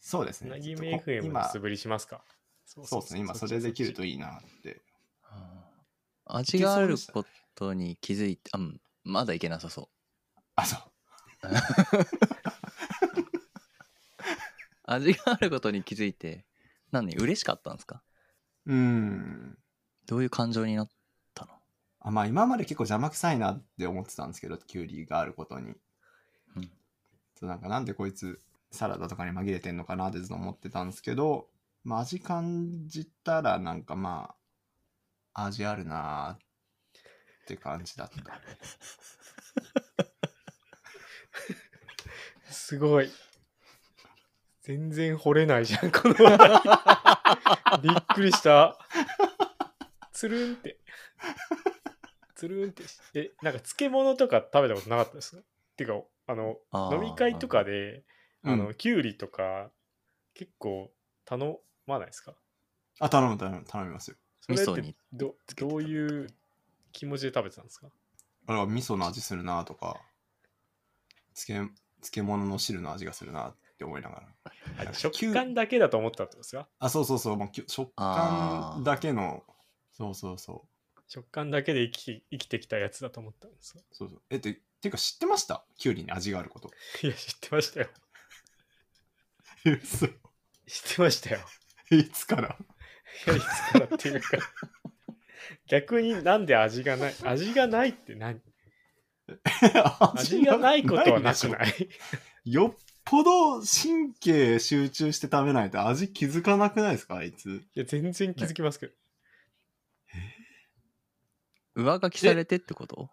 [SPEAKER 3] そうです
[SPEAKER 2] つ
[SPEAKER 3] ね。
[SPEAKER 2] なぎ
[SPEAKER 3] ちょっと
[SPEAKER 2] め
[SPEAKER 3] こ
[SPEAKER 2] FM の
[SPEAKER 3] 今
[SPEAKER 2] 素振りしますかそう
[SPEAKER 3] そうですね。今それできるといいなって。
[SPEAKER 4] 味があることに気づいてあうんまだいけなさそう
[SPEAKER 3] あ、そう。
[SPEAKER 4] 味があることに気づいて何嬉しかったんですか
[SPEAKER 3] うーん。
[SPEAKER 4] どういう感情になったの
[SPEAKER 3] あまあ今まで結構邪魔くさいなって思ってたんですけど、キュウリがあることに。
[SPEAKER 4] うん
[SPEAKER 3] そうなんかなんでこいつサラダとかに紛れてんのかなってずっと思ってたんですけど、まあ味感じたらなんかまあ、味あるなーって感じだ った。
[SPEAKER 2] すごい。全然掘れないじゃん、 この話びっくりした。つるんって。つるんってし。え、なんか漬物とか食べたことなかったですかっていうか、あの、
[SPEAKER 4] あー
[SPEAKER 2] 飲み会とかで、
[SPEAKER 3] うん
[SPEAKER 2] あの、きゅうりとか、結構頼まないですか
[SPEAKER 3] あ、頼む頼む、頼みますよ。
[SPEAKER 2] それ
[SPEAKER 4] 味噌
[SPEAKER 2] って
[SPEAKER 4] に
[SPEAKER 2] ど
[SPEAKER 4] つけて
[SPEAKER 2] どういう気持ちで食べてたんですか
[SPEAKER 3] あれは味噌の味するなとか、漬け漬物の汁の味がするなって思いながら。
[SPEAKER 2] あ食感だけだと思ったってことですか
[SPEAKER 3] あ、そうそうそう、まあ、きゅ食
[SPEAKER 4] あ
[SPEAKER 3] 感
[SPEAKER 4] ー
[SPEAKER 3] だけの、そうそうそう。
[SPEAKER 2] 食感だけで生きて生きてきたやつだと思ったんですか
[SPEAKER 3] そうそうえ、て、てか知ってましたきゅうりに味があること。
[SPEAKER 2] いや知ってましたよ
[SPEAKER 3] 嘘
[SPEAKER 2] 知ってましたよ
[SPEAKER 3] いつから
[SPEAKER 2] いやいつからっていうか逆になんで味がない味がないって何味がないことはなくない
[SPEAKER 3] いよっぽど神経集中して食べないと味気づかなくないですかあいつ。
[SPEAKER 2] いや全然気づきますけど
[SPEAKER 4] 上書きされてってこと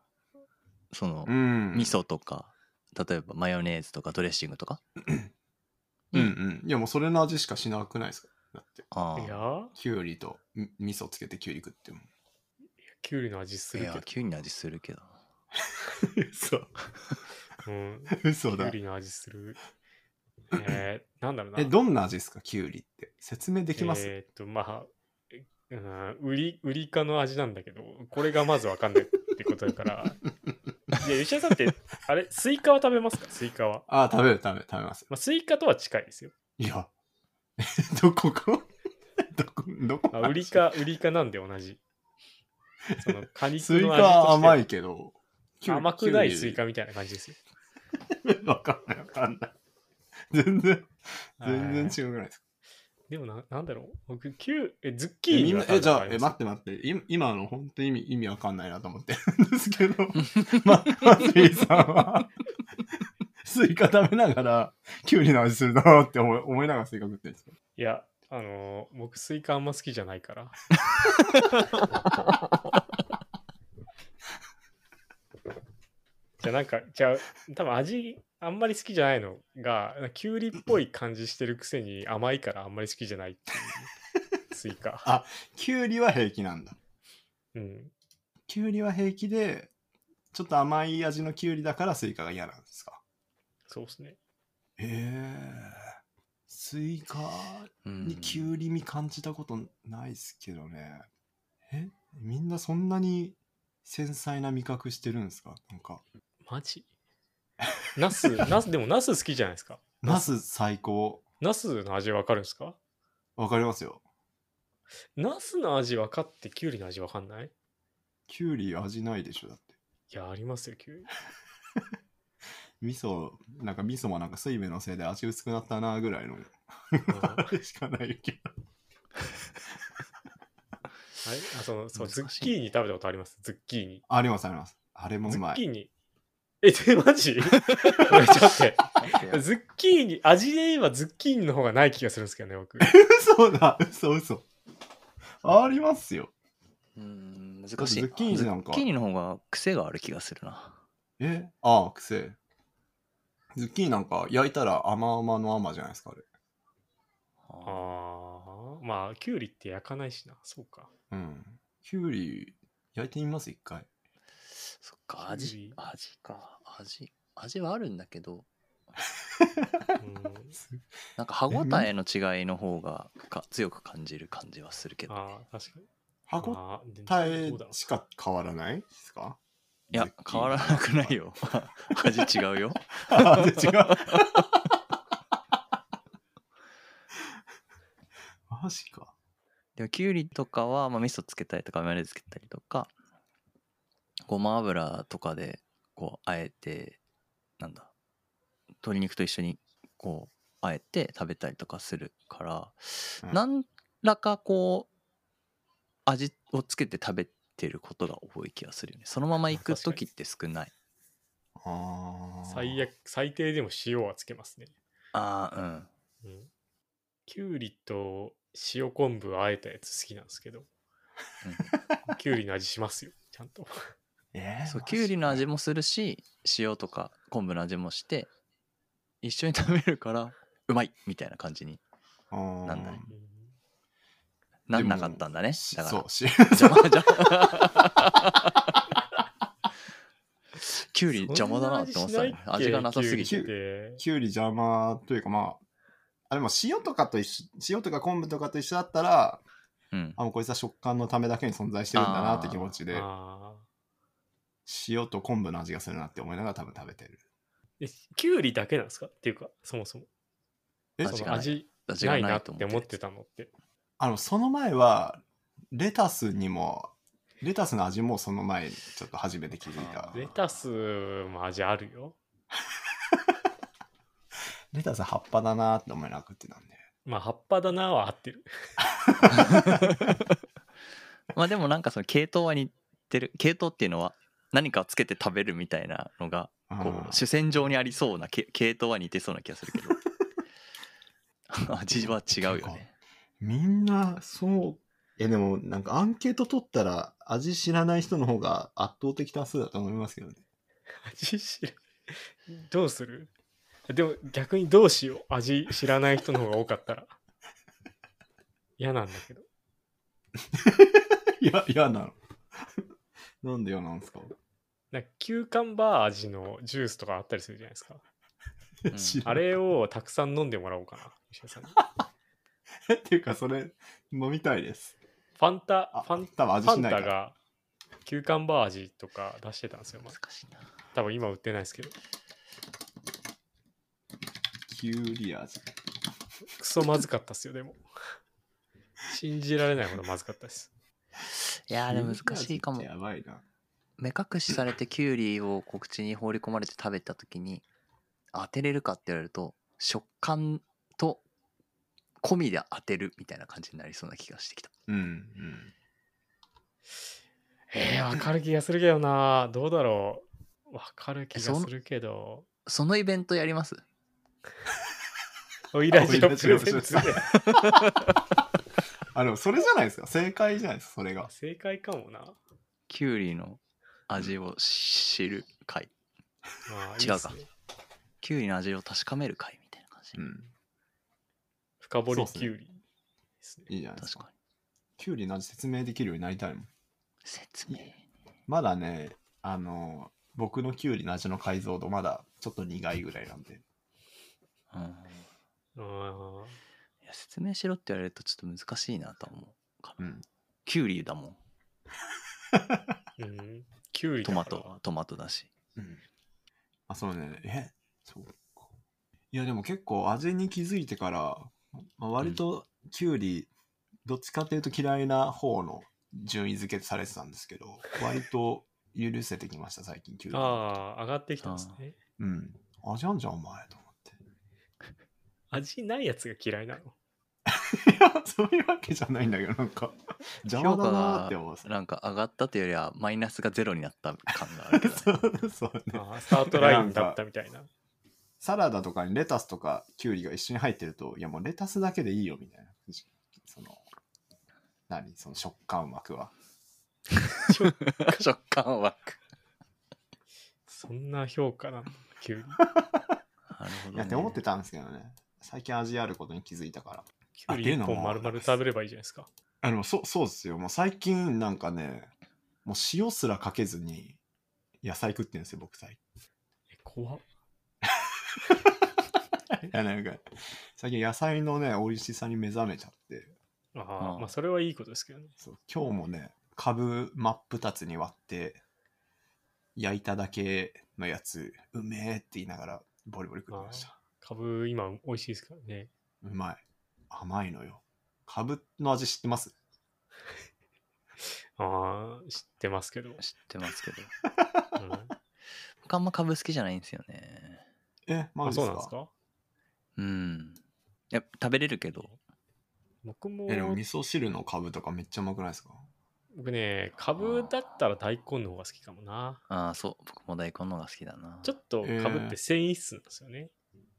[SPEAKER 4] その
[SPEAKER 3] うん。
[SPEAKER 4] 味。噌とか例えばマヨネーズとかドレッシングとか
[SPEAKER 3] うんうん。いやもうそれの味しかしなくないですかだって。
[SPEAKER 4] あ
[SPEAKER 2] い
[SPEAKER 4] あ
[SPEAKER 2] や
[SPEAKER 3] きゅうりとみ味噌つけてきゅうり食っても。
[SPEAKER 2] きゅうりの味す
[SPEAKER 4] い
[SPEAKER 2] るけ
[SPEAKER 4] や
[SPEAKER 2] ど
[SPEAKER 4] 急に味するけど
[SPEAKER 3] 嘘。
[SPEAKER 2] うん
[SPEAKER 3] 嘘
[SPEAKER 2] きゅう
[SPEAKER 3] だ。
[SPEAKER 2] りの味するえー、なんだろうな
[SPEAKER 3] え、どんな味ですかきゅうりって。説明できます、
[SPEAKER 2] えーっとまあうん売り売りかの味なんだけどこれがまずわかんないってことだからいや吉田さんってあれスイカは食べますかスイカは、
[SPEAKER 3] ああ、食べる食べる食べますよ。
[SPEAKER 2] まあ、スイカとは近いですよ、
[SPEAKER 3] いや。どこか どこ、どこ
[SPEAKER 2] まあ、売り。か売りかなんで同じそ の果肉
[SPEAKER 3] スイ
[SPEAKER 2] の味として
[SPEAKER 3] カ甘いけど。きゅうり
[SPEAKER 2] 甘くない
[SPEAKER 3] きゅうり
[SPEAKER 2] スイカみたいな感じですよ
[SPEAKER 3] わかんないわかんない。全然、全
[SPEAKER 2] はい
[SPEAKER 3] 然違うぐらいですか。
[SPEAKER 2] でもななんだろう僕きゅうえズッキ
[SPEAKER 3] え
[SPEAKER 2] ー
[SPEAKER 3] み
[SPEAKER 2] ニ
[SPEAKER 3] ん
[SPEAKER 2] は
[SPEAKER 3] なえ、じゃあ、
[SPEAKER 2] 食べ
[SPEAKER 3] え、
[SPEAKER 2] たこ
[SPEAKER 3] 待って待って。今今の本当意味、意味わかんないなと思ってるんですけど、 ま、マスビーさんは、スイカ食べながら、キュウリの味するなって思い思いながらスイカ食ってるんですか
[SPEAKER 2] いやあのー僕スイカあんま好きじゃないからじゃあなんかじゃあ多分味あんまり好きじゃないのがきゅうりっぽい感じしてるくせに甘いからあんまり好きじゃないっていうスイカ
[SPEAKER 3] キュウリは平気なんだ。
[SPEAKER 2] うん
[SPEAKER 3] キュウリは平気で、ちょっと甘い味のキュウリだからスイカが嫌なんですか
[SPEAKER 2] そうですね
[SPEAKER 3] へえスイカ
[SPEAKER 4] うん
[SPEAKER 3] にキュウリ味感じたことないっすけどね。えみんなそんなに繊細な味覚してるんですかなんか、
[SPEAKER 2] マジナスナスでもナス好きじゃないですか
[SPEAKER 3] ナス最高。
[SPEAKER 2] ナスの味わかるんですか
[SPEAKER 3] わかりますよ。
[SPEAKER 2] ナスの味分かってきゅうりの味分かんない
[SPEAKER 3] キュウリ味ないでしょだって。
[SPEAKER 2] いやありますよきゅうり
[SPEAKER 3] 味噌、なんか味噌もなんか水分のせいで味薄くなったなぐらいのあれしかないけど。
[SPEAKER 2] はい、あそのそうズ
[SPEAKER 4] 難
[SPEAKER 2] ッ
[SPEAKER 4] しい
[SPEAKER 2] キーニ食べたことありますズッキーニ。
[SPEAKER 3] ありますあります。あれもう
[SPEAKER 2] ズッ
[SPEAKER 3] ま
[SPEAKER 2] キ
[SPEAKER 3] い。
[SPEAKER 2] ーニ。え、で、マジ 俺ちょっと待ってズッキーニ、味で言えばズッキーニの方がない気がするんですけどね、僕。
[SPEAKER 3] 嘘だ、嘘嘘。ありますよ。
[SPEAKER 4] うん難しい
[SPEAKER 3] だってズッキーニなんか
[SPEAKER 4] ズッキーニの方が癖がある気がするな
[SPEAKER 3] えああ、癖。ズッキーニなんか焼いたら甘々の甘じゃないですか、あれ。
[SPEAKER 4] あ
[SPEAKER 2] ああ、まあ、キュウリって焼かないしな、そうか。
[SPEAKER 3] うん。キュウリ焼いてみます、一回。
[SPEAKER 4] ーそっか
[SPEAKER 2] キュウリ
[SPEAKER 4] 味味か味味はあるんだけど
[SPEAKER 2] うん、
[SPEAKER 4] なんか歯応えの違いの方がか強く感じる感じはするけど
[SPEAKER 2] ああ、確かに。
[SPEAKER 3] 歯応
[SPEAKER 2] あーでも
[SPEAKER 3] え
[SPEAKER 2] どうだろう
[SPEAKER 3] しか変わらないです か
[SPEAKER 4] いや変わらなくない。よ 味違うよ
[SPEAKER 3] あで違う。マジか。
[SPEAKER 4] でもきゅうりとかは、まあ、味噌つけたりとかマヨネーズつけたりとかごま油とかでこうあえてなんだ鶏肉と一緒にこうあえて食べたりとかするから、
[SPEAKER 3] うん
[SPEAKER 4] 何らかこう味をつけて食べてることが多い気がするよねそのまま行く時って少ない
[SPEAKER 3] あー
[SPEAKER 2] 最悪、最低でも塩はつけますね。
[SPEAKER 4] ああ
[SPEAKER 2] う
[SPEAKER 4] うん
[SPEAKER 2] ん。キュウリと塩昆布あえたやつ好きなんですけど、キュウリの味しますよ、ちゃんと。
[SPEAKER 3] えー
[SPEAKER 4] そう
[SPEAKER 3] マジ
[SPEAKER 4] きゅうりの味もするし塩とか昆布の味もして一緒に食べるからうまいみたいな感じに
[SPEAKER 3] あー
[SPEAKER 4] なんだね
[SPEAKER 2] うん
[SPEAKER 4] なんなかったんだねだから
[SPEAKER 3] そう、し
[SPEAKER 4] 邪 魔じゃキュウリ邪魔だなって思ってたね
[SPEAKER 2] そんな味しいっけ
[SPEAKER 4] 味がなさすぎ
[SPEAKER 2] キ
[SPEAKER 4] て
[SPEAKER 2] ュウリって
[SPEAKER 3] きゅうり邪魔というかまあ、あれも塩とかと一緒、塩とか昆布とかと一緒だったら、
[SPEAKER 4] うん。
[SPEAKER 3] あもうこいつは食感のためだけに存在してるんだなって気持ちで
[SPEAKER 2] あ
[SPEAKER 3] 塩と昆布の味がするなって思いながら多分食べてる
[SPEAKER 2] ーえきゅうりだけなんですかっていうかそもそも
[SPEAKER 3] え
[SPEAKER 2] そ
[SPEAKER 4] 味
[SPEAKER 2] の
[SPEAKER 4] がない
[SPEAKER 2] 味
[SPEAKER 4] 味
[SPEAKER 2] な
[SPEAKER 4] が
[SPEAKER 2] い
[SPEAKER 4] な
[SPEAKER 2] ないっ
[SPEAKER 4] と
[SPEAKER 2] て
[SPEAKER 4] 思
[SPEAKER 2] 思
[SPEAKER 4] っ
[SPEAKER 2] っててたのって
[SPEAKER 3] あのその前はレタスにもレタスの味もその前にちょっと初めて気づいた
[SPEAKER 4] あー
[SPEAKER 2] レタスも味あるよ
[SPEAKER 3] レタス葉っぱだなって思いなくってたんで
[SPEAKER 2] まあ葉っぱだなは合ってる
[SPEAKER 4] まあでもなんかその系統は似てる系統っていうのは何かをつけて食べるみたいなのがこ
[SPEAKER 3] うん
[SPEAKER 4] う主戦場にありそうなけ系統は似てそうな気がするけ ど味は違うよね
[SPEAKER 3] みんなそうえでもなんかアンケート取ったら味知らない人の方が圧倒的多数だと思いますけどね
[SPEAKER 2] 味知らどうするでも逆にどうしよう味知らない人の方が多かったら嫌なんだけど
[SPEAKER 3] いや嫌なの なんで嫌なんですか、
[SPEAKER 2] なんかキューカンバー味のジュースとかあったりするじゃないですか
[SPEAKER 4] ん
[SPEAKER 3] 知らん
[SPEAKER 2] あれをたくさん飲んでもらおうかな吉田 さんに
[SPEAKER 3] っていうかそれ飲みたいです
[SPEAKER 2] ファンタ
[SPEAKER 3] あ
[SPEAKER 2] ファン
[SPEAKER 3] 多分味
[SPEAKER 2] ファ
[SPEAKER 3] し
[SPEAKER 2] ン
[SPEAKER 3] ないか
[SPEAKER 2] タ
[SPEAKER 3] ら
[SPEAKER 2] がキューカンバー味とか出してたんですよ、ま
[SPEAKER 4] 難
[SPEAKER 2] あ、
[SPEAKER 4] しいな
[SPEAKER 2] 多分今売ってないですけど
[SPEAKER 3] キュウリ味
[SPEAKER 2] クソまずかったっすよでも信じられないほどまずかったです
[SPEAKER 4] いやーでも
[SPEAKER 3] キュウリ
[SPEAKER 4] 難
[SPEAKER 3] 味
[SPEAKER 4] しいかも
[SPEAKER 3] ってやばいな
[SPEAKER 4] 目隠しされてキュウリをこう口に放り込まれて食べた時に当てれるかって言われると食感と込みで当てるみたいな感じになりそうな気がしてきた
[SPEAKER 3] うんうん
[SPEAKER 2] えー、わかる気がするけどなどうだろうわかる気
[SPEAKER 4] えそ
[SPEAKER 2] が
[SPEAKER 4] ん
[SPEAKER 2] するけど
[SPEAKER 4] そのイベントやります
[SPEAKER 2] おいらじ
[SPEAKER 3] あ
[SPEAKER 2] を
[SPEAKER 3] おいら
[SPEAKER 2] プ
[SPEAKER 3] じを
[SPEAKER 2] レゼンツで
[SPEAKER 3] プあでもそれじゃないですか正解じゃないですかそれが
[SPEAKER 2] 正解かもな、ま
[SPEAKER 4] キュウリの味を知る回
[SPEAKER 2] あ、いいっすね
[SPEAKER 4] キュウリの味を確かめる会みたいな感じ、
[SPEAKER 3] うん
[SPEAKER 2] 深掘
[SPEAKER 3] そ
[SPEAKER 2] り
[SPEAKER 3] うっす
[SPEAKER 2] キ
[SPEAKER 3] ね
[SPEAKER 2] ュウリですね
[SPEAKER 3] いいじゃないです
[SPEAKER 4] 確
[SPEAKER 3] か
[SPEAKER 4] かに
[SPEAKER 3] キュウリの味説明できるようになりたいもん
[SPEAKER 4] 説明
[SPEAKER 3] まだねあの僕のキュウリの味の解像度まだちょっと苦いぐらいなんで
[SPEAKER 4] うんい
[SPEAKER 2] うん
[SPEAKER 4] や説明しろって言われるとちょっと難しいなとは思うか
[SPEAKER 3] う
[SPEAKER 4] な、
[SPEAKER 3] ん
[SPEAKER 4] キュウリだもん
[SPEAKER 2] うんキュウリ
[SPEAKER 4] ト
[SPEAKER 2] だ
[SPEAKER 4] マ
[SPEAKER 2] から
[SPEAKER 4] トトマトだし
[SPEAKER 3] うんあそうねえそうかいやでも結構味に気づいてから、まあ、割とキュウリ、どっちかっていうと嫌いな方の順位付けされてたんですけど割と許せてきました最近キュウリ
[SPEAKER 2] ああ上がってきたんですね
[SPEAKER 3] うん味あんじゃんお前と思って
[SPEAKER 2] 味ないやつが嫌い なの
[SPEAKER 3] いや、そういうわけじゃないんだけど、なんか、邪魔だなーって思う。
[SPEAKER 4] なんか上がったというよりはマイナスがゼロになった感があるけど、 ね、
[SPEAKER 3] そうそうね。
[SPEAKER 2] あースタートラインだったみたいな
[SPEAKER 3] サラダとかにレタスとかキュウリが一緒に入ってると、いやもうレタスだけでいいよみたいな感じ。その、何その食感枠は。
[SPEAKER 4] 食感は
[SPEAKER 2] そんな評価なのキュウリ
[SPEAKER 4] なるほ
[SPEAKER 3] い
[SPEAKER 4] ど、ね、
[SPEAKER 3] や、って思ってたんですけどね。最近味あることに気づいたから。
[SPEAKER 2] キュウリ
[SPEAKER 3] っていう
[SPEAKER 2] 1
[SPEAKER 3] のも
[SPEAKER 2] 本丸々食べればいいじゃないですか
[SPEAKER 3] あの、そう、そうですよ。もう最近なんかね、もう塩すらかけずに野菜食ってるんですよ、僕最近。
[SPEAKER 2] え怖っ
[SPEAKER 3] いや、なんか、最近野菜のね、美味しさに目覚めちゃって。
[SPEAKER 2] あ
[SPEAKER 4] う
[SPEAKER 2] あ
[SPEAKER 4] ん
[SPEAKER 2] まあそれはいいことですけどね
[SPEAKER 3] そう今日もね株真っ二つに割って焼いただけのやつうめえって言いながらボリボリ食ってました
[SPEAKER 2] 株今美味しいですからね
[SPEAKER 3] うまい甘いのよ株の味知ってます
[SPEAKER 2] ああ知ってます けど、うん
[SPEAKER 4] 知ってますけど僕あんま株好きじゃないんですよね
[SPEAKER 3] えマ
[SPEAKER 2] あ
[SPEAKER 3] ジで
[SPEAKER 2] そうな
[SPEAKER 3] す
[SPEAKER 2] んで
[SPEAKER 3] か
[SPEAKER 2] すか
[SPEAKER 4] うんいや食べれるけど
[SPEAKER 2] 僕も
[SPEAKER 3] えでも味噌汁の株とかめっちゃうまくないですか
[SPEAKER 2] 僕ね株だったら大根の方が好きかもな
[SPEAKER 4] ああそう僕も大根の方が好きだな
[SPEAKER 2] ちょっと株って繊維質なんですよね、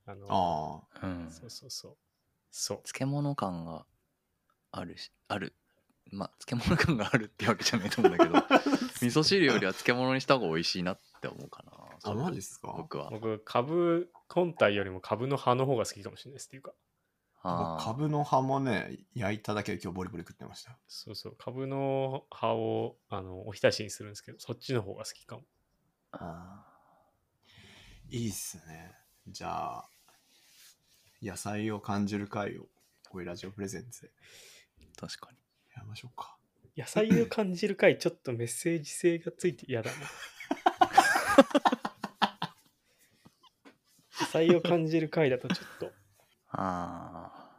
[SPEAKER 2] あの
[SPEAKER 3] ああ
[SPEAKER 4] うん
[SPEAKER 2] そうそうそうそう
[SPEAKER 4] 漬物感があるしあるまあ漬物感があるってわけじゃないと思うんだ けど味噌汁よりは漬物にした方が美味しいなって思うかな
[SPEAKER 3] あマジですか
[SPEAKER 4] 僕は
[SPEAKER 2] 僕株本体よりも株の葉の方が好きかもしれないですっていうか
[SPEAKER 4] あ
[SPEAKER 3] 僕
[SPEAKER 4] ー
[SPEAKER 3] 株の葉もね焼いただけで今日ボリボリ食ってました
[SPEAKER 2] そうそう株の葉をあのおひたしにするんですけどそっちの方が好きかも
[SPEAKER 4] あ
[SPEAKER 3] いいっすねじゃあ野菜を感じる会をこういうラジオプレゼンツで
[SPEAKER 4] ー確かに
[SPEAKER 3] やめましょうか。
[SPEAKER 2] 野菜を感じる回、ちょっとメッセージ性がついて嫌だな。野菜を感じる回だとちょっと、
[SPEAKER 4] あ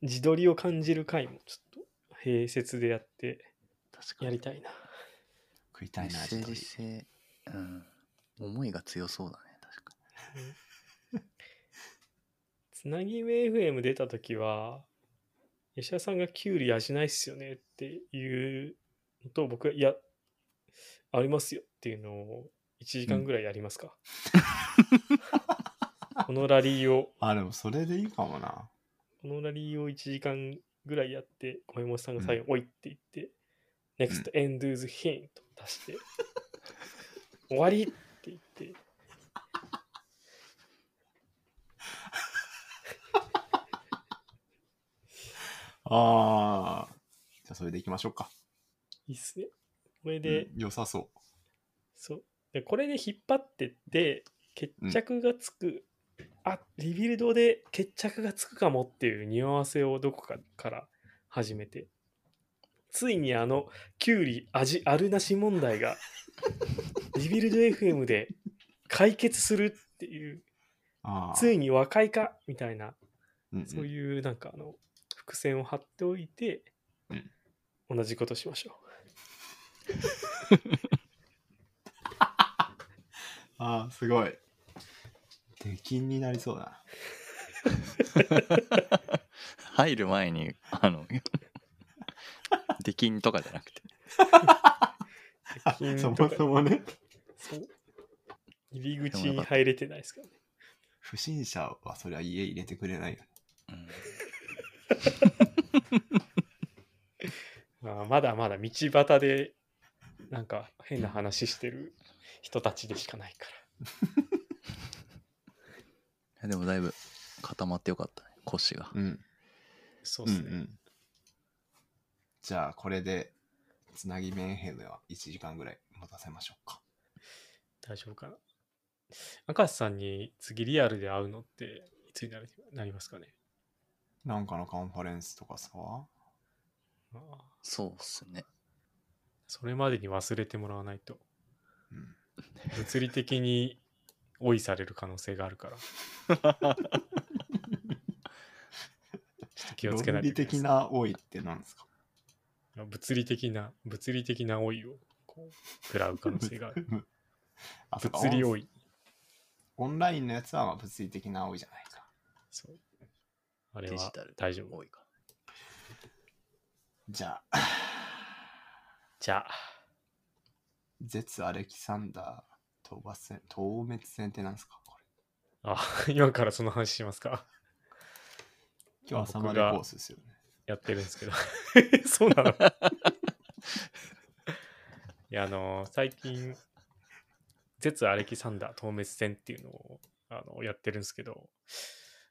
[SPEAKER 2] 自撮りを感じる回もちょっと、併設でやって
[SPEAKER 4] ー確か
[SPEAKER 2] や
[SPEAKER 4] に
[SPEAKER 2] りたいな。
[SPEAKER 3] 食いた
[SPEAKER 4] メ
[SPEAKER 3] い
[SPEAKER 4] ッ
[SPEAKER 3] な、
[SPEAKER 4] セ
[SPEAKER 3] 自撮
[SPEAKER 4] ージ
[SPEAKER 3] り。
[SPEAKER 4] 性うん思いが強そうだね確か
[SPEAKER 2] つなぎ目 FM 出た時は吉田さんがキュウリ味ないっすよねっていうのと僕がいやありますよっていうのを1時間ぐらいやります か、このラリーを
[SPEAKER 3] あ、でもそれでいいかもな。
[SPEAKER 2] このラリーを1時間ぐらいやって小山さんが最後「おい」って言って「NEXT ENDO'S HINT」出して「終わり!」って言って
[SPEAKER 3] ああ。じゃあそれでいきましょうか。
[SPEAKER 2] いいっすねこれで、
[SPEAKER 3] うん良さそ
[SPEAKER 2] そうでこれで引っ張ってって決着がつく、あリビルドで決着がつくかもっていう匂わせをどこかから始めてついにあのキュウリ味あるなし問題 がリビルド FM で解決するっていう
[SPEAKER 3] う。ああ。
[SPEAKER 2] ついに和解かみたいな
[SPEAKER 3] うんうん
[SPEAKER 2] そういうなんかあの伏線を張っておいて、
[SPEAKER 3] うん
[SPEAKER 2] 同じことしましょ
[SPEAKER 3] ああ、すごい。出禁になりそうだ
[SPEAKER 4] 入る前にあの 出禁とかじゃなくて
[SPEAKER 3] な。
[SPEAKER 2] うん
[SPEAKER 3] そもそもね、
[SPEAKER 2] うそう入り口に入れてないですからね
[SPEAKER 3] 不審者はそりゃ家入れてくれないよ。
[SPEAKER 4] うん
[SPEAKER 2] まあ、まだまだ道端でなんか変な話してる人たちでしかないか
[SPEAKER 4] いやでもだいぶ固まってよかったね腰が
[SPEAKER 3] うん。
[SPEAKER 2] らそう
[SPEAKER 3] う
[SPEAKER 2] で
[SPEAKER 3] んう
[SPEAKER 2] すね、
[SPEAKER 3] ん。じゃあ、これで、つなぎ面編では1時間ぐらい持たせましょうか。
[SPEAKER 2] 大丈夫かな明石さんに次リアルで会うのっていつになりなりますかね、
[SPEAKER 3] なんかのカンファレンスとかさ。
[SPEAKER 2] まあ、
[SPEAKER 4] そうっすね
[SPEAKER 2] それまでに忘れてもらわないと
[SPEAKER 3] うん。
[SPEAKER 2] 物理的に追いされる可能性があるからちょっと気をつけな
[SPEAKER 3] 論
[SPEAKER 2] いといけな
[SPEAKER 3] 理
[SPEAKER 2] いです
[SPEAKER 3] 的な多いって何ですか
[SPEAKER 2] 物理的な物理的な追いをこう食らう可能性があ る
[SPEAKER 3] あそうか
[SPEAKER 2] 物理
[SPEAKER 3] オン
[SPEAKER 2] 追い
[SPEAKER 3] オンラインのやつはまあ物理的な多いじゃないか。
[SPEAKER 2] そう。あれ
[SPEAKER 4] デジ
[SPEAKER 2] は
[SPEAKER 4] タル
[SPEAKER 2] 大丈夫。
[SPEAKER 4] 多いか
[SPEAKER 3] じゃあ、
[SPEAKER 2] じゃあ、
[SPEAKER 3] 絶アレキサンダー討伐戦、討滅戦って何ですかこれ。
[SPEAKER 2] あ今からその話しますか。
[SPEAKER 3] 今日はサマ
[SPEAKER 2] 僕
[SPEAKER 3] リ
[SPEAKER 2] が
[SPEAKER 3] コースですよね。
[SPEAKER 2] やってるんですけど。 そうなの いや、あの最近、絶アレキサンダー、透滅戦っていうのをあのやってるんですけど、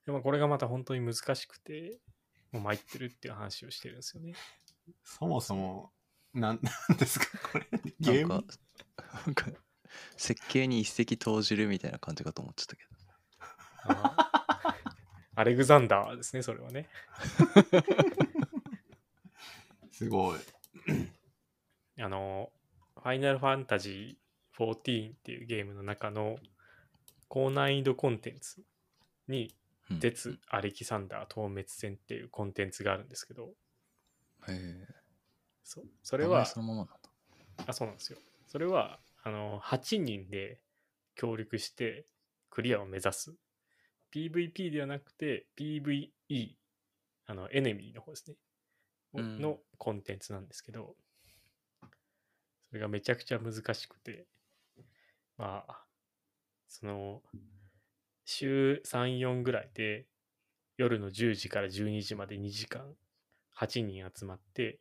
[SPEAKER 2] でもこれがまた本当に難しくて、もう参ってるっていう話をしてるんですよね。
[SPEAKER 3] そもそも、なん、 なんですかこれ。ゲー
[SPEAKER 4] なん
[SPEAKER 3] ム
[SPEAKER 4] かなんか設計に一石投じるみたいな感じかと思っちゃったけど
[SPEAKER 2] あ のアレグザンダーですね、それはね。
[SPEAKER 3] すごい。
[SPEAKER 2] あの、ファイナルファンタジー14っていうゲームの中の高難易度コンテンツに、
[SPEAKER 4] うん
[SPEAKER 2] 絶アレキサンダー透滅戦っていうコンテンツがあるんですけど、
[SPEAKER 4] へえ
[SPEAKER 2] そうそ
[SPEAKER 4] こ
[SPEAKER 2] れは、
[SPEAKER 4] そのままなんだ
[SPEAKER 2] あ、そうなんですよ。それは、あの、8人で協力してクリアを目指す。PVP ではなくて、PVE、あの、エネミーの方ですね。を
[SPEAKER 4] うん
[SPEAKER 2] のコンテンツなんですけど、それがめちゃくちゃ難しくて、まあ、その、週3、4ぐらいで、夜の10時から12時まで2時間、8人集まって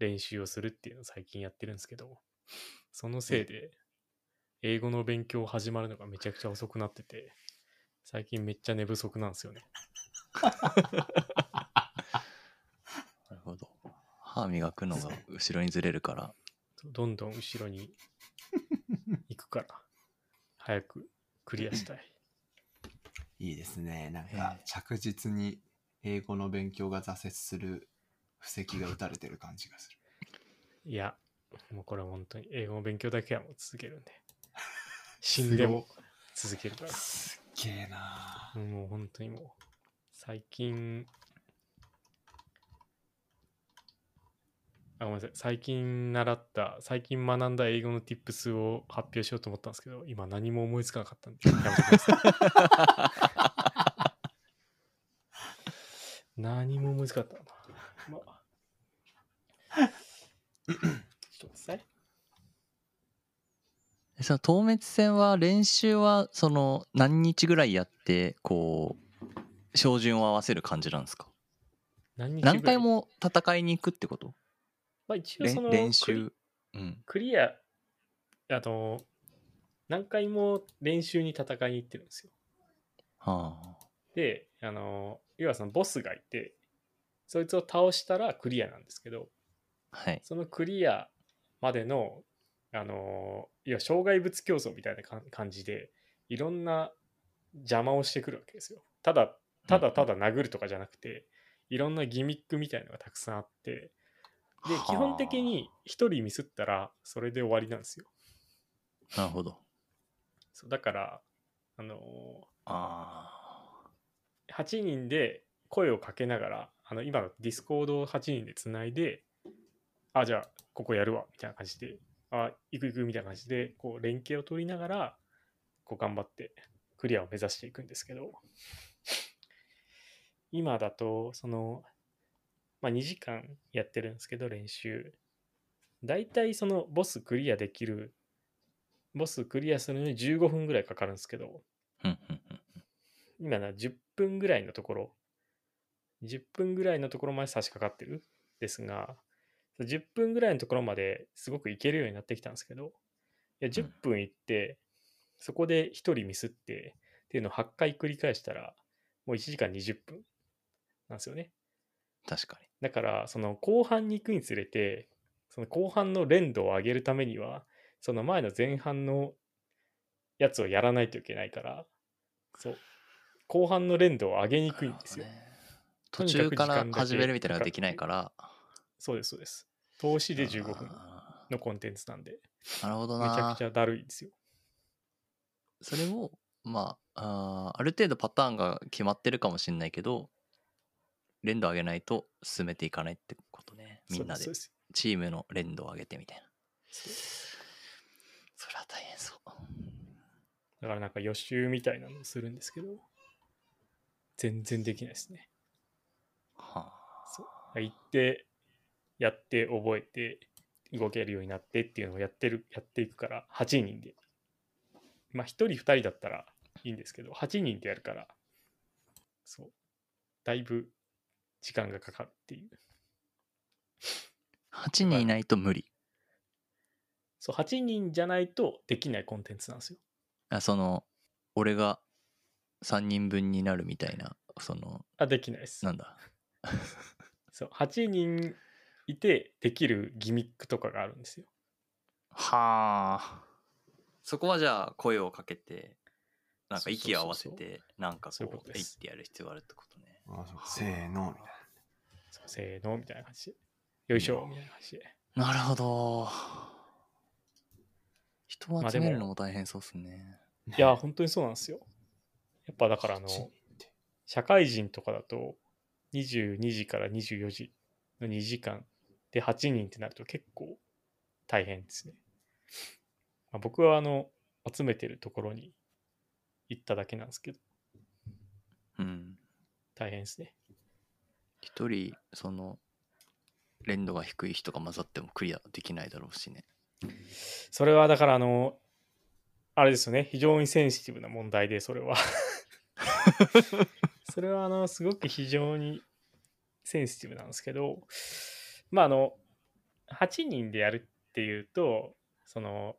[SPEAKER 2] 練習をするっていうのを最近やってるんですけど、そのせいで、英語の勉強始まるのがめちゃくちゃ遅くなってて、最近めっちゃ寝不足なんですよね。
[SPEAKER 4] なるほど歯磨くのが後ろにずれるから
[SPEAKER 2] どんどん後ろに行くから、早くクリアしたい。
[SPEAKER 3] いいですね。なん
[SPEAKER 4] へ
[SPEAKER 3] か
[SPEAKER 4] え
[SPEAKER 3] 着実に英語の勉強が挫折する布石が打たれてる感じがする。
[SPEAKER 2] いや、もうこれは本当に英語の勉強だけはもう続けるんで。死んでも続けるから。
[SPEAKER 3] すごい。すっげえな
[SPEAKER 2] うんもう本当にもう、最近、あ、ごめんなさい。最近習った、最近学んだ英語の tips を発表しようと思ったんですけど、今何も思いつかなかったんで、やめてください。 何も思いつかなかったな。まあ、ちょっと待ってください。
[SPEAKER 4] えその透滅戦は練習はその何日ぐらいやってこう照準を合わせる感じなんですか
[SPEAKER 2] 何日ぐらい
[SPEAKER 4] 何回、も戦いに行くってこと
[SPEAKER 2] まあ、一応
[SPEAKER 4] れ
[SPEAKER 2] その
[SPEAKER 4] ん練習うん
[SPEAKER 2] クリア、あの、何回も練習に戦いに行ってるんですよ。
[SPEAKER 4] は
[SPEAKER 2] で、あの、要はそのボスがいて、そいつを倒したらクリアなんですけど、
[SPEAKER 4] あはい
[SPEAKER 2] そのクリアまでの、あの、いや、障害物競争みたいなか感じで、いろんな邪魔をしてくるわけですよ。ただ、ただただ殴るとかじゃなくて、いろんなギミックみたいのがたくさんあって、で、基本的に一人ミスったら、それで終わりなんですよ。
[SPEAKER 4] はあなるほど
[SPEAKER 2] そうだから、あの
[SPEAKER 4] あ
[SPEAKER 2] ー8人で声をかけながらあの今ディスコードを8人でつないであじゃあここやるわみたいな感じであ行く行くみたいな感じでこう連携を取りながらこう頑張ってクリアを目指していくんですけど今だとその、まあ、2時間やってるんですけど練習だいたいそのボスクリアできるボスクリアするのに15分ぐらいかかるんですけど、
[SPEAKER 4] あうんうんうん
[SPEAKER 2] 今な10分ぐらいのところ10分ぐらいのところまで差し掛かってるですが10分ぐらいのところまですごくいけるようになってきたんですけどいや10分行ってそこで1人ミスってっていうのを8回繰り返したらもう1時間20分なんですよね
[SPEAKER 4] 確かに
[SPEAKER 2] だからその後半に行くにつれてその後半の連動を上げるためにはその前の前半のやつをやらないといけないからそう後半の連動を上げにくいんですよ、
[SPEAKER 4] なるほどね途中から始めるみたいなのができないから
[SPEAKER 2] そうですそうです投資で15分
[SPEAKER 4] あ
[SPEAKER 2] のコンテンツなんで
[SPEAKER 4] ーなるほど
[SPEAKER 2] めちゃ
[SPEAKER 4] な
[SPEAKER 2] くちゃだるいんですよ
[SPEAKER 4] それもまああーある程度パターンが決まってるかもしれないけど連動上げないと進めていかないってことねみんなで
[SPEAKER 2] そうす
[SPEAKER 4] チームの連動を上げてみたいな
[SPEAKER 2] そうです
[SPEAKER 4] それは大変そう
[SPEAKER 2] だからなんか予習みたいなのをするんですけど全然できないですね
[SPEAKER 4] は
[SPEAKER 2] 行ってやって覚えて動けるようになってっていうのをやってるやっていくから8人でまあ1人2人だったらいいんですけど8人でやるからそうだいぶ時間がかかるっていう
[SPEAKER 4] あ8人いないと無理
[SPEAKER 2] そう8人じゃないとできないコンテンツなんですよ
[SPEAKER 4] あその俺が3人分になるみたいなその
[SPEAKER 2] あできないです
[SPEAKER 4] なんだ
[SPEAKER 2] そう8人いてできるギミックとかがあるんですよ
[SPEAKER 4] はあそこはじゃあ声をかけてなんか息を合わせ
[SPEAKER 2] そうそう
[SPEAKER 4] てなんか
[SPEAKER 2] そういう
[SPEAKER 4] こ
[SPEAKER 2] こと
[SPEAKER 4] う
[SPEAKER 2] で
[SPEAKER 4] えいっ
[SPEAKER 2] す
[SPEAKER 4] てやる必要があるってことね
[SPEAKER 3] あそうせーの、みたいな。
[SPEAKER 2] そうせーのみたいな感じでよいしょみたいな感じで
[SPEAKER 4] なるほど人
[SPEAKER 2] ま
[SPEAKER 4] を
[SPEAKER 2] あ
[SPEAKER 4] 集め
[SPEAKER 2] で
[SPEAKER 4] る
[SPEAKER 2] も
[SPEAKER 4] のも大変そうっすね、
[SPEAKER 2] いや、本当にそうなんですよ。やっぱだからあの、社会人とかだと、22時から24時の2時間で8人ってなると結構大変ですね。まあ、僕はあの、集めてるところに行っただけなんですけど、
[SPEAKER 4] うん
[SPEAKER 2] 大変ですね。
[SPEAKER 4] 一人その連度が低い人が混ざってもクリアできないだろうしね
[SPEAKER 2] それはだからあの、あれですよね、非常にセンシティブな問題で、それ は。それはあの、すごく非常にセンシティブなんですけど、まああの、8人でやるっていうと、その、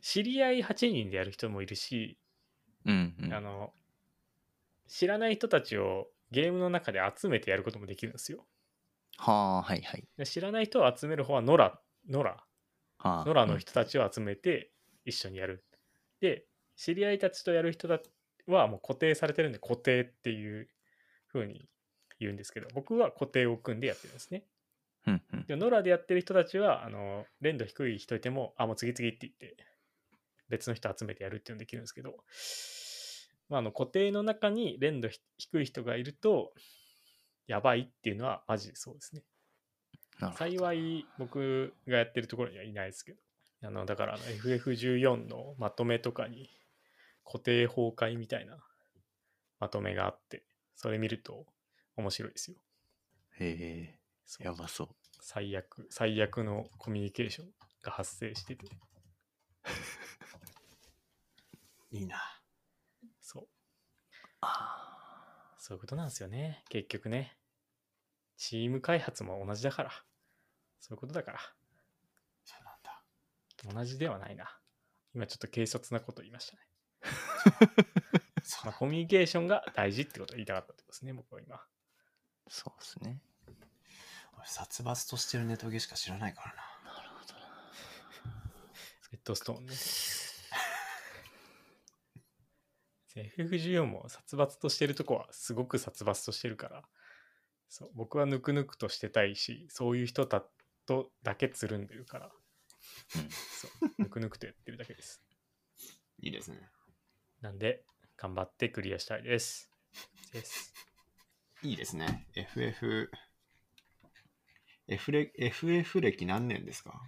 [SPEAKER 2] 知り合い8人でやる人もいるし、
[SPEAKER 4] うん、うん、
[SPEAKER 2] あの、知らない人たちをゲームの中で集めてやることもできるんですよ。
[SPEAKER 4] はあはいはい
[SPEAKER 2] で知らない人を集める方はノラ、ノラ
[SPEAKER 4] はあ
[SPEAKER 2] 野良の人たちを集めて一緒にやる。で、知り合いたちとやる人だはもう固定されてるんで固定っていう風に言うんですけど、僕は固定を組んでやってるんですね。
[SPEAKER 4] うんうん。
[SPEAKER 2] で、ノラでやってる人たちは、あの、連度低い人いても、あ、もう次々って言って、別の人集めてやるっていうのできるんですけど、まあ、あの、固定の中に連度ひ低い人がいると、やばいっていうのはマジでそうですね。
[SPEAKER 4] なるほど
[SPEAKER 2] 幸い僕がやってるところにはいないですけどあのだからあの FF14 のまとめとかに固定崩壊みたいなまとめがあってそれ見ると面白いですよ
[SPEAKER 4] へ
[SPEAKER 2] そ
[SPEAKER 4] え、
[SPEAKER 2] う
[SPEAKER 4] やばそう。
[SPEAKER 2] 最悪最悪のコミュニケーションが発生してて
[SPEAKER 3] いいな。
[SPEAKER 2] そう
[SPEAKER 4] あ
[SPEAKER 2] そういうことなんですよね結局ねチーム開発も同じだからそういうことだから
[SPEAKER 3] そうなんだ。
[SPEAKER 2] 同じではないな今ちょっと軽率なこと言いましたね
[SPEAKER 3] そう
[SPEAKER 2] まあ、コミュニケーションが大事ってことを言いたかったってことですね、僕は今。
[SPEAKER 4] ーそうですね。
[SPEAKER 3] 俺、殺伐としてるネトゲしか知らないからな。
[SPEAKER 2] レッドストーンね。FF14 も殺伐としてるとこはすごく殺伐としてるから、そう僕はぬくぬくとしてたいし、そういう人たとだけつるんでるから、
[SPEAKER 4] うん
[SPEAKER 2] そうぬくぬくとやってるだけです。
[SPEAKER 3] いいですね。
[SPEAKER 2] なんで、頑張ってクリアしたいです。です。
[SPEAKER 3] いいですね。FF。F 歴、FF 歴何年ですか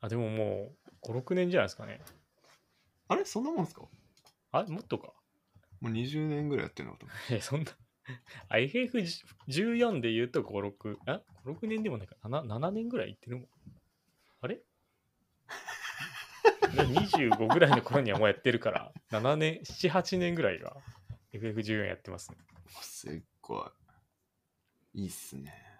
[SPEAKER 2] あ、でももう5、6年じゃないですかね。
[SPEAKER 3] あれそんなもんですかも
[SPEAKER 2] あ、もっとか。
[SPEAKER 3] う20年ぐらいやってるのかと思
[SPEAKER 2] え、そんな。 あ IFF14 で言うと5、6、あ ?5、6年でもないか。7, 7年ぐらい行ってるもん。あれ で ?25 ぐらいの頃にはもうやってるから、7年、7、8年ぐらいが FF14 やってますね。
[SPEAKER 3] うすっごい。いいっすね。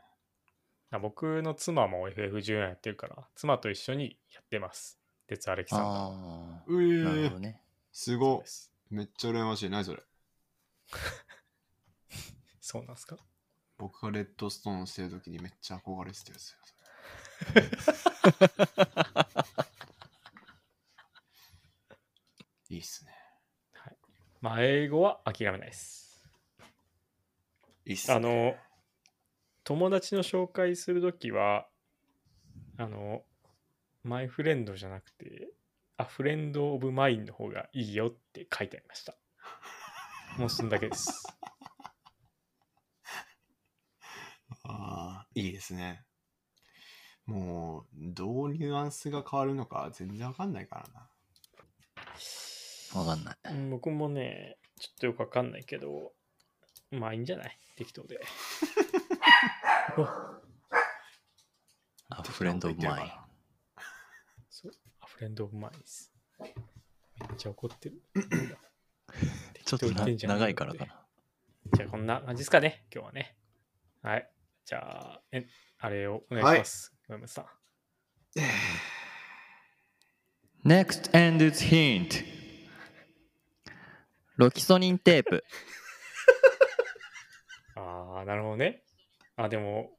[SPEAKER 2] あ僕の妻も FF14 やってるから、妻と一緒にやってます。鉄アレキサンダーは
[SPEAKER 4] あ
[SPEAKER 3] う
[SPEAKER 4] あ、なる
[SPEAKER 3] え
[SPEAKER 4] ほどね。
[SPEAKER 3] す
[SPEAKER 2] そう
[SPEAKER 3] ご
[SPEAKER 2] で。す。
[SPEAKER 3] めっちゃ羨ましい。何それ。
[SPEAKER 2] そうなんですか
[SPEAKER 3] 僕がレッドストーンしてる時にめっちゃ憧れてたやつ よ。いいっすね。
[SPEAKER 2] まあ、英語は諦めないです。
[SPEAKER 3] いいっすね。
[SPEAKER 2] あの、友達の紹介するときは、あの、マイフレンドじゃなくて、あ、フレンドオブマインの方がいいよって書いてありました。もうそんだけです。
[SPEAKER 3] ああ、いいですね。もう、どうニュアンスが変わるのか全然わかんないからな。
[SPEAKER 4] わかんない。
[SPEAKER 2] うん僕もね、ちょっとよくわかんないけど、まあいいんじゃない適当で。
[SPEAKER 4] あ、フレンドオブマイン。
[SPEAKER 2] そうあフレンドオブマインです。めっちゃ怒ってる。
[SPEAKER 4] ちょ
[SPEAKER 2] 適当
[SPEAKER 4] っと
[SPEAKER 2] 言
[SPEAKER 4] な
[SPEAKER 2] てんじゃねえよ
[SPEAKER 4] 長いからか
[SPEAKER 2] って
[SPEAKER 4] な。
[SPEAKER 2] じゃあこんな感じですかね、今日はね。はい。じゃあ、えあれをお願いします。ごめんなさい
[SPEAKER 4] NEXT and its hint ロキソニンテープ。
[SPEAKER 2] ああ、なるほどね。あ、でも、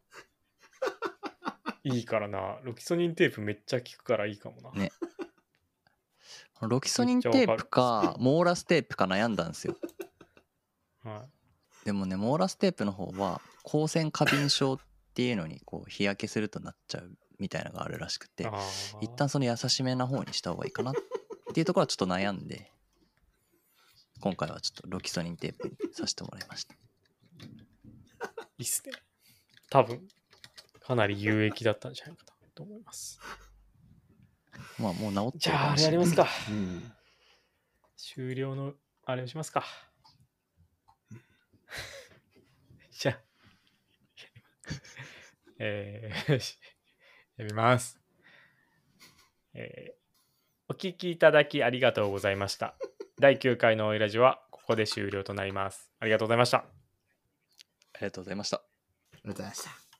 [SPEAKER 2] いいからな。ロキソニンテープめっちゃ効くからいいかもな。
[SPEAKER 4] ね ロキソニンテープかモーラステープか悩んだんですよ。
[SPEAKER 2] は
[SPEAKER 4] でもね、モーラステープの方は光線過敏症っていうのにこう日焼けするとなっちゃうみたいなのがあるらしく
[SPEAKER 2] い。
[SPEAKER 4] て
[SPEAKER 2] あ、ー
[SPEAKER 4] 一旦その優しめな方にした方がいいかなっていうところはちょっと悩んで、今回はちょっとロキソニンテープにさせてもらいました。
[SPEAKER 2] いいっすね。多分、かなり有益だったんじゃないかなと思います。
[SPEAKER 4] まあもう治って
[SPEAKER 2] じ
[SPEAKER 4] る
[SPEAKER 2] ゃ
[SPEAKER 4] か
[SPEAKER 2] あ、
[SPEAKER 4] も
[SPEAKER 2] あ
[SPEAKER 4] し
[SPEAKER 2] れやり
[SPEAKER 4] れな
[SPEAKER 2] ま
[SPEAKER 4] い
[SPEAKER 2] す。か。
[SPEAKER 3] うん。
[SPEAKER 2] 終了の、あれをしますか。じゃあ、 えー、しやります。えーお聞きいただきありがとうございました。第9回のオイラジはここで終了となります。ありがとうございました。
[SPEAKER 4] ありがとうございました。
[SPEAKER 3] ありがとうございました。